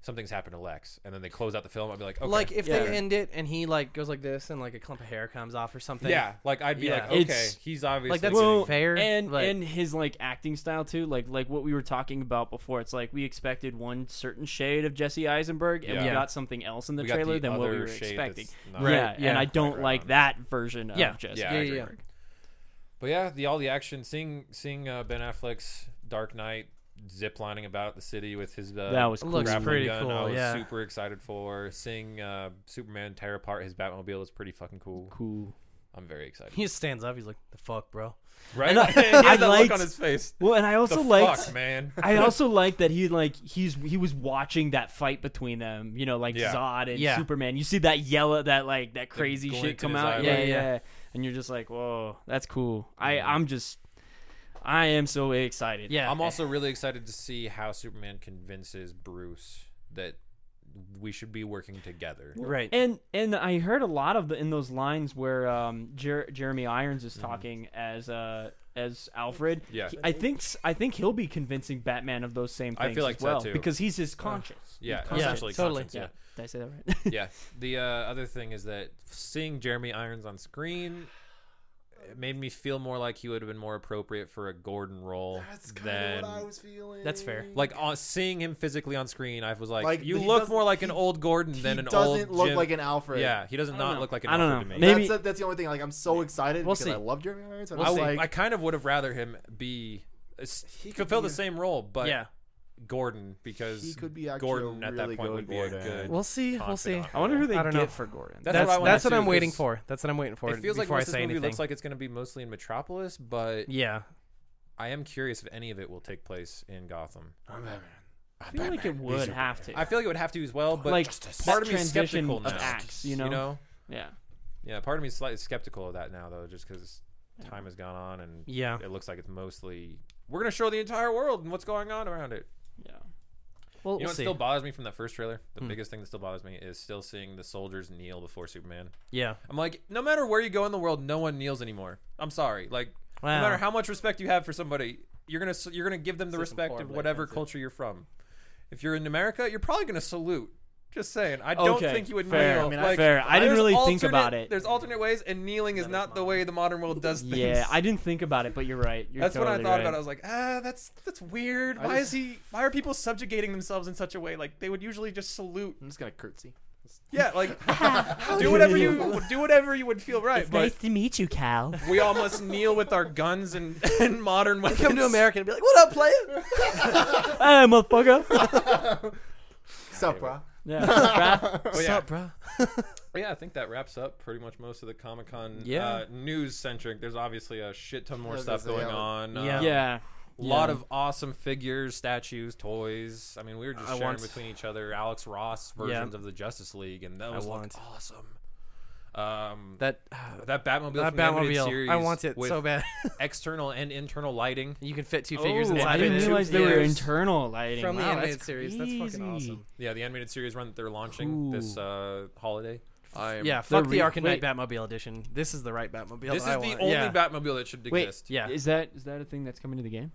A: something's happened to Lex, and then they close out the film, I'd be like, okay,
C: Like if
D: Yeah.
C: they end it and he like goes like this and like a clump of hair comes off or something.
A: yeah, like I'd be
C: Yeah.
A: like, okay,
D: It's-
A: he's obviously
C: Like that's
A: getting-
D: Well,
C: fair.
D: and
C: like,
D: and his like acting style too, like like what we were talking about before. It's like we expected one certain shade of Jesse Eisenberg, and we
A: Yeah.
D: got something else in the
A: We got
D: trailer
A: the
D: than what we
A: other
D: were
A: shade
D: expecting.
A: that's not
D: Right. Yeah,
C: Right, yeah.
D: and I don't
A: Right,
D: like
A: right.
D: that version
C: Yeah.
D: of Jesse
A: Yeah,
C: yeah,
A: I
D: Eisenberg.
A: agree.
C: yeah.
A: But yeah, the all the action, seeing seeing uh, Ben Affleck's Dark Knight ziplining about the city with his uh,
D: That was
C: Looks
A: grappling
D: cool.
C: pretty
A: gun, I
C: cool,
A: was
C: yeah.
A: super excited for seeing uh, Superman tear apart his Batmobile is pretty fucking cool.
D: cool.
A: I'm very excited.
C: he just stands up. He's like, "The fuck, bro."
A: right?
D: And I-
A: He has
D: I
A: that look
D: liked-
A: on his face.
D: Well, and I also
A: the
D: liked
A: fuck, man.
D: I also like that he like he's he was watching that fight between them, you know, like
A: Yeah.
D: Zod and
C: Yeah.
D: Superman. You see that yellow, that like that crazy
A: glint
D: shit
A: in
D: come
A: his eye,
D: out, yeah,
C: like-
D: yeah,
C: Yeah.
D: yeah. and you're just like, whoa, that's cool. I
A: Mm-hmm.
D: I'm just, I am so excited.
C: Yeah.
A: I'm also really excited to see how Superman convinces Bruce that we should be working together.
C: Right.
D: And and I heard a lot of the, in those lines where um Jer- Jeremy Irons is talking as uh as Alfred.
A: Mm-hmm. Yeah.
D: He- I think s- I think he'll be convincing Batman of those same
A: I
D: things
A: feel
D: as
A: like so,
D: well
A: too.
D: because he's his conscience.
A: Yeah,
C: Yeah,
A: essentially
C: totally.
A: conscience,
D: Yeah.
A: yeah.
D: Did I say that right?
A: yeah. The uh, other thing is that seeing Jeremy Irons on screen it made me feel more like he would have been more appropriate for a Gordon role
B: That's kind
A: than
B: of what I was feeling.
C: That's fair.
A: like on, seeing him physically on screen. I was like,
B: Like,
A: you
B: he
A: look
B: doesn't-
A: more like an
B: he-
A: old Gordon
B: He
A: than an old.
B: doesn't look
A: Jim-
B: like an Alfred.
A: Yeah, he does
D: I
A: not
D: don't know.
A: look like an
D: I don't
A: Alfred
D: know.
A: to me.
D: Maybe-
B: that's, that's the only thing. Like I'm so excited
C: We'll
B: because
C: see.
B: I love Jeremy Irons. And
A: I,
B: I'm
A: was-
B: like,
A: I kind of would have rather him be uh, s-
B: He could
A: fulfill
B: be
A: the
B: a-
A: same role, but
C: yeah.
A: Gordon because
B: He could be actually
A: Gordon
B: a
A: at that
B: really
A: point
B: good
A: would be a
B: Gordon.
A: good.
C: We'll see. We'll see.
A: confidant.
D: I wonder who they
C: I don't
D: get
C: know.
D: for Gordon.
A: That's
C: That's
A: what I
C: that's,
A: wanna
C: what
A: see,
C: I'm waiting
A: 'cause
C: for. That's what I'm waiting for.
A: It feels like
C: before
A: most
C: I
A: of
C: say
A: this movie
C: anything.
A: looks like it's going to be mostly in Metropolis, but
C: yeah.
A: I am curious if any of it will take place in Gotham.
B: I'm Batman.
D: I feel like it would have to.
A: I feel like it would have to as well, but
D: like
B: Justice.
A: part
D: that
A: of me is
D: transition
A: skeptical
D: of
A: now.
D: acts, you
A: you know?
D: know? Yeah.
A: Yeah, part of me is slightly skeptical of that now, though, just because time has gone on and
C: Yeah.
A: it looks like it's mostly we're going to show the entire world and what's going on around it.
D: Yeah.
C: We'll,
A: You know
C: we'll
A: what
C: see.
A: still bothers me from that first trailer? The
D: Hmm.
A: biggest thing that still bothers me is still seeing the soldiers kneel before Superman.
C: yeah.
A: I'm like, no matter where you go in the world, no one kneels anymore. I'm sorry. Like, no matter
C: Wow.
A: how much respect you have for somebody, you're gonna s- you're gonna give them the
C: System
A: respect of
C: horribly
A: whatever
C: offensive.
A: culture you're from. If you're in America, you're probably gonna salute. Just saying, I don't
D: Okay,
A: think you would
D: fair.
A: kneel.
D: I mean, I-
A: like,
D: fair. I didn't
A: there's
D: really think
A: alternate-
D: about it.
A: There's alternate ways, and kneeling is not the way the modern world does things.
D: Yeah, I didn't think about it, but you're right. You're
A: that's what I
D: totally
A: thought
D: right.
A: about. I was like, ah, that's that's weird.
B: I
A: Why
B: just-
A: is he? Why are people subjugating themselves in such a way? Like they would usually just salute.
B: I'm just gonna curtsy.
A: Yeah, like do whatever you do whatever you would feel right. but
D: to meet you, Cal.
A: we all must kneel with our guns and, and modern weapons.
C: Come to America and be like, "What up, player?"
D: hey, motherfucker.
B: Sup, bro?
D: yeah. Brad?
A: But
C: What's
A: Oh, yeah,
C: up, bro?
A: but yeah, I think that wraps up pretty much most of the Comic Con
C: Yeah.
A: uh, news centric. There's obviously a shit ton more
B: I was
A: stuff
B: gonna say,
A: going
B: yeah.
A: on. Uh,
C: Yeah.
D: yeah.
A: A lot of awesome figures, statues, toys. I mean, we were just
C: I
A: sharing
C: want-
A: between each other Alex Ross versions of the Justice League, and that was like
C: want-
A: awesome. Um, that, that
C: That
A: Batmobile
C: that
A: from the animated
C: Batmobile.
A: series.
C: I want it
A: with
C: so bad.
A: external and internal lighting.
C: you can fit two
D: Oh,
C: figures inside
D: I
C: of it.
D: didn't
C: Two
D: realize they were
C: figures.
D: internal lighting.
C: from the
D: Wow,
C: animated
D: that's
C: series. That's fucking
D: crazy.
C: awesome.
A: Yeah, the animated series run that they're launching this uh, holiday. I'm,
C: Yeah, fuck the
D: re-
C: Arkham Knight
D: wait.
C: Batmobile edition. This is the right Batmobile.
A: This is
C: that I
A: the
C: want.
A: only
C: yeah.
A: Batmobile that should
D: Wait,
A: exist.
C: Yeah.
D: Is that is that a thing that's coming to the game?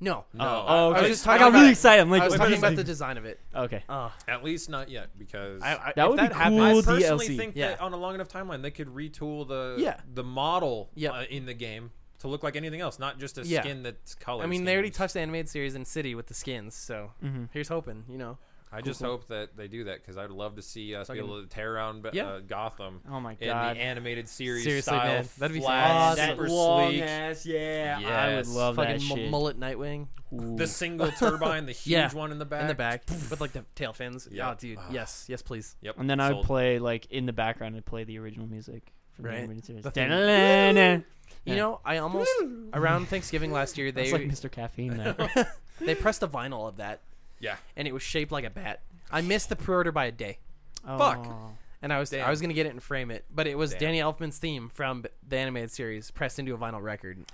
C: No.
A: No.
D: Oh, okay.
C: I was just
D: I
C: talking
D: got
C: about-
D: really excited. I'm like,
C: I was
D: wait,
C: talking
D: wait,
C: about
D: wait.
C: the design of it.
D: Okay.
C: Oh,
A: At least not yet, because
C: I, I,
D: That
C: if
D: would be
C: that happens,
A: I
D: cool
A: personally
D: DLC.
A: think
C: Yeah.
A: that on a long enough timeline they could retool the
C: Yeah.
A: the model
C: Yep.
A: uh, in the game to look like anything else, not just a
C: Yeah.
A: skin that's color.
C: I mean, they already touched the animated series in City with the skins, so
D: Mm-hmm.
C: here's hoping. You know,
A: I just hope that they do that because I'd love to see us be
C: Fucking-
A: able to tear around Ba-
C: Yeah.
A: uh, Gotham
D: Oh my
A: in
D: God.
A: the animated series
C: Seriously,
A: style.
C: man. That'd be
A: flat,
C: awesome.
A: super
D: That long
A: sleek.
D: ass, yeah. I would
A: Yes.
D: love
C: fucking
D: that
C: mu-
D: shit.
C: mullet Nightwing
D: Ooh.
A: The single turbine, the huge
C: Yeah.
A: one in the back.
C: in the back with like the tail fins.
A: Yeah.
C: Oh, dude,
A: Ah.
C: yes, yes, please.
A: Yep.
D: And then I would
A: sold.
D: play like in the background. I'd play the original music from
C: Right.
D: the animated series.
C: The theme.
D: Dun-dun-dun-dun.
C: You
D: Yeah.
C: know, I almost around Thanksgiving last year
D: That's
C: they
D: like Mr. Caffeine there.
C: they pressed a vinyl of that
A: Yeah.
C: and it was shaped like a bat. I missed the pre-order by a day.
A: Fuck.
D: Oh.
C: And I was
A: Damn.
C: I was gonna get it and frame it, but it was
A: Damn.
C: Danny Elfman's theme from the animated series pressed into a vinyl record.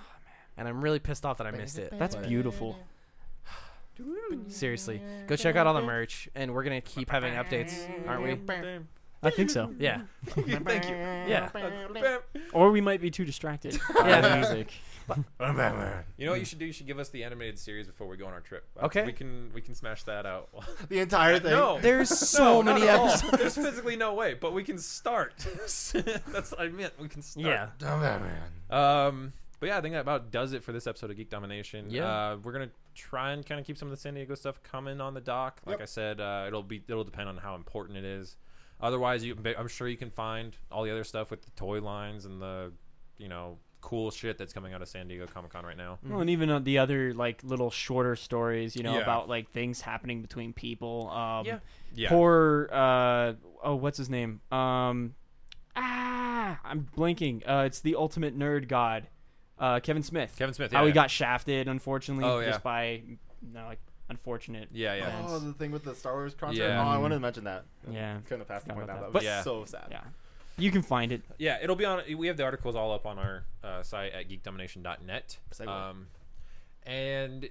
C: And I'm really pissed off that I missed it.
D: That's
C: but-
D: beautiful.
C: Seriously, go check out all the merch, and we're gonna keep having updates, aren't we?
D: I think so.
C: Yeah,
A: Thank you.
C: yeah.
D: Or we might be too distracted by
C: Yeah.
D: the music.
A: You know what you should do? You should give us the animated series before we go on our trip. Uh,
C: Hmm. Okay.
A: We can we can smash that out.
B: The entire thing.
A: no.
C: There's so
A: No, not
C: many
A: at all.
C: episodes.
A: There's physically no way, but we can start. That's what I meant. We can start.
D: Yeah.
A: Um, but yeah, I think that about does it for this episode of Geek Domination.
C: Yeah.
A: Uh, we're gonna try and kind of keep some of the San Diego stuff coming on the dock. Like
B: Yep.
A: I said, uh, it'll be it'll depend on how important it is. Otherwise, you I'm sure you can find all the other stuff with the toy lines and the you know cool shit that's coming out of San Diego Comic Con right now.
C: Mm.
D: Well, and even uh, the other like little shorter stories, you know,
A: Yeah.
D: about like things happening between people. Um,
C: Yeah.
A: Yeah.
D: Poor. Uh, oh, what's his name? Um, ah, I'm blinking. Uh, it's the ultimate nerd god, uh, Kevin Smith.
A: Kevin Smith. Yeah,
D: How he
A: yeah.
D: got shafted, unfortunately,
A: Oh, yeah.
D: just by you know, like unfortunate.
A: Yeah, yeah.
B: Oh, the thing with the Star Wars concert.
A: Yeah.
B: Oh, I wanted to mention that.
D: Yeah.
B: Couldn't have passed the
D: Forgot
B: point out.
D: about
B: That was
D: that.
A: But-
B: so sad.
D: Yeah. You can find it.
A: yeah it'll be on we have the articles all up on our uh, site at geekdomination.net
B: Segue.
A: um, and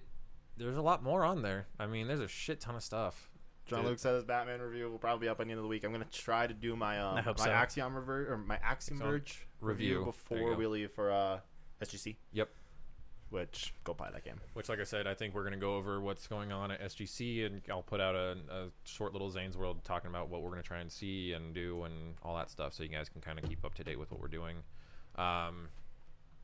A: there's a lot more on there i mean there's a shit ton of stuff
B: John
A: Dude.
B: Luke says Batman review will probably be up by the end of the week. I'm gonna try to do my um,
C: I hope
B: my
C: so.
B: Axiom rever- or my Axiom
A: Axiom
B: Verge
A: review. There you
B: before
A: go.
B: we leave for uh, SGC.
A: Yep.
B: Which go buy that game.
A: which like i said i think we're going to go over what's going on at sgc and i'll put out a, a short little zane's world talking about what we're going to try and see and do and all that stuff so you guys can kind of keep up to date with what we're doing um,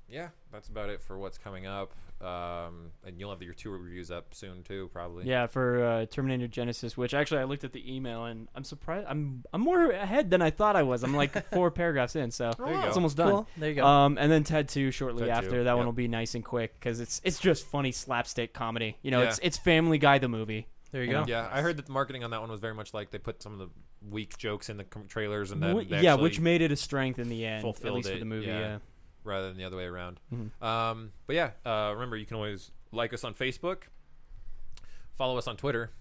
A: yeah that's about it for what's coming up um, and you'll have your two reviews up soon too probably
D: Yeah, for uh, Terminator Genesis, which actually I looked at the email and I'm surprised. I'm I'm more ahead than I thought I was. I'm like four paragraphs in, so
A: you
D: it's
A: go.
D: almost done.
C: Cool. There you go.
A: Uh,
D: Um, and then Ted Two
A: Ted
D: shortly
A: 2,
D: after. That
A: yep.
D: one will be nice and quick because it's it's just funny slapstick comedy. You know,
A: Yeah.
D: it's it's Family Guy the movie.
C: there you
D: you
C: go.
D: know,
A: Yeah, I heard that the marketing on that one was very much like they put some of the weak jokes in the com- trailers and then
D: Wh-
A: they
D: yeah,
A: actually-
D: which made it a strength in the end, at
A: fulfilled
D: least
A: it,
D: for the movie.
A: yeah.
D: Yeah.
A: rather than the other way around.
D: Mhm.
A: Um, but yeah, uh, remember you can always like us on Facebook, follow us on Twitter.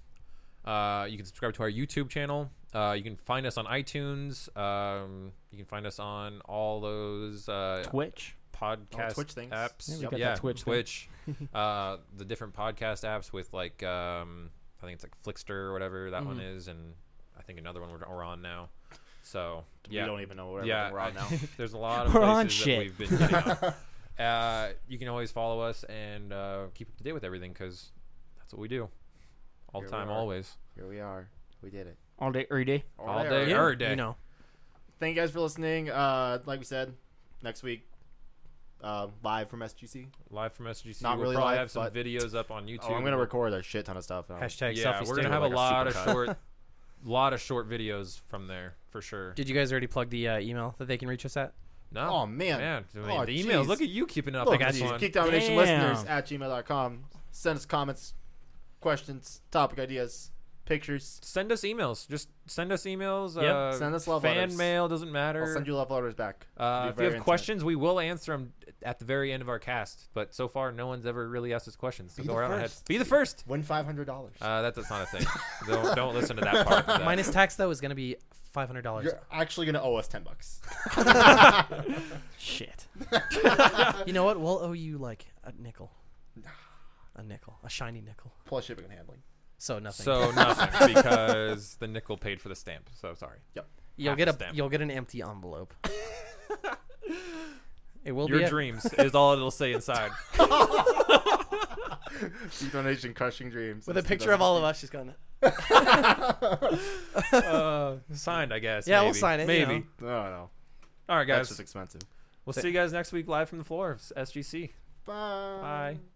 A: Uh, you can subscribe to our YouTube channel. Uh, you can find us on iTunes. Um, you can find us on all those uh,
D: Twitch.
A: podcast
B: All Oh, Twitch things.
A: apps.
D: Yeah,
A: Yep.
D: we got that
A: yeah,
D: Twitch thing.
A: Twitch. uh, the different podcast apps with like um, I think it's like Flickster or whatever that
D: Mm-hmm.
A: one is, and I think another one we're, we're on now. So yeah,
B: We don't even know where
A: yeah,
B: we're on
A: I-
B: now.
A: there's a lot of
D: We're
A: places
D: on
A: that
D: shit.
A: we've been. Getting on. uh, you can always follow us and uh, keep up to date with everything because that's what we do, all the
B: Here we
A: time,
B: are.
A: always,
B: Here we are. We did it.
D: All day, every day.
A: all
B: there.
A: day, every day.
C: You know,
B: Thank you guys for listening. Uh, like we said, next week, uh, live from SGC.
A: Live from SGC.
B: Not
A: we'll
B: really
A: probably
B: live,
A: have some
B: but-
A: videos up on YouTube.
B: Oh, I'm gonna record a shit ton of stuff. Um,
A: Oh,
C: hashtag
A: yeah,
C: selfie
A: we're gonna
C: stick.
A: have a
B: like a
A: lot of
B: supercut.
A: short, lot of short videos from there for sure.
C: Did you guys already plug the uh, email that they can reach us at?
A: No,
B: Oh man,
A: man, I mean,
B: Oh,
A: the emails.
B: jeez.
A: Look at you keeping up.
B: Look,
A: on this
B: geez,
A: one.
B: Geek Domination
D: Damn.
B: listeners at gmail.com. Send us comments, questions, topic ideas, pictures.
A: Send us emails. Just send us emails.
C: Yep.
A: Uh,
B: Send us love
A: fan
B: letters.
A: mail doesn't matter.
B: I'll send you love letters back.
A: Uh, if
B: Be
A: you
B: very
A: have
B: intimate.
A: questions, we will answer them at the very end of our cast. But so far, no one's ever really asked us questions. So
B: Be
A: go
B: the
A: around ahead.
B: first.
A: Be the first.
B: win five hundred dollars.
A: Uh, that, that's not a thing. don't, don't listen to that part. of that.
C: Minus tax though is gonna be five hundred dollars.
B: You're actually gonna owe us ten bucks.
D: Shit.
C: You know what? We'll owe you like a nickel, a nickel, a shiny nickel.
B: Plus shipping and handling.
C: So nothing.
A: so nothing because the nickel paid for the stamp. So sorry.
C: you'll
A: half
C: get
A: a
C: a
A: stamp.
C: you'll get an empty envelope. it will
A: Your
C: be a-
A: dreams is all it'll say inside.
B: Geek Domination crushing dreams.
C: with a picture of all of us. She's going.
A: Uh, signed, I guess.
C: Yeah, we'll
A: maybe.
C: sign it, you
A: Maybe.
C: know.
B: No, no,
A: All right,
B: that's
A: guys.
B: just expensive.
A: We'll see you guys next week live from the floor of SGC.
B: Bye.
A: Bye.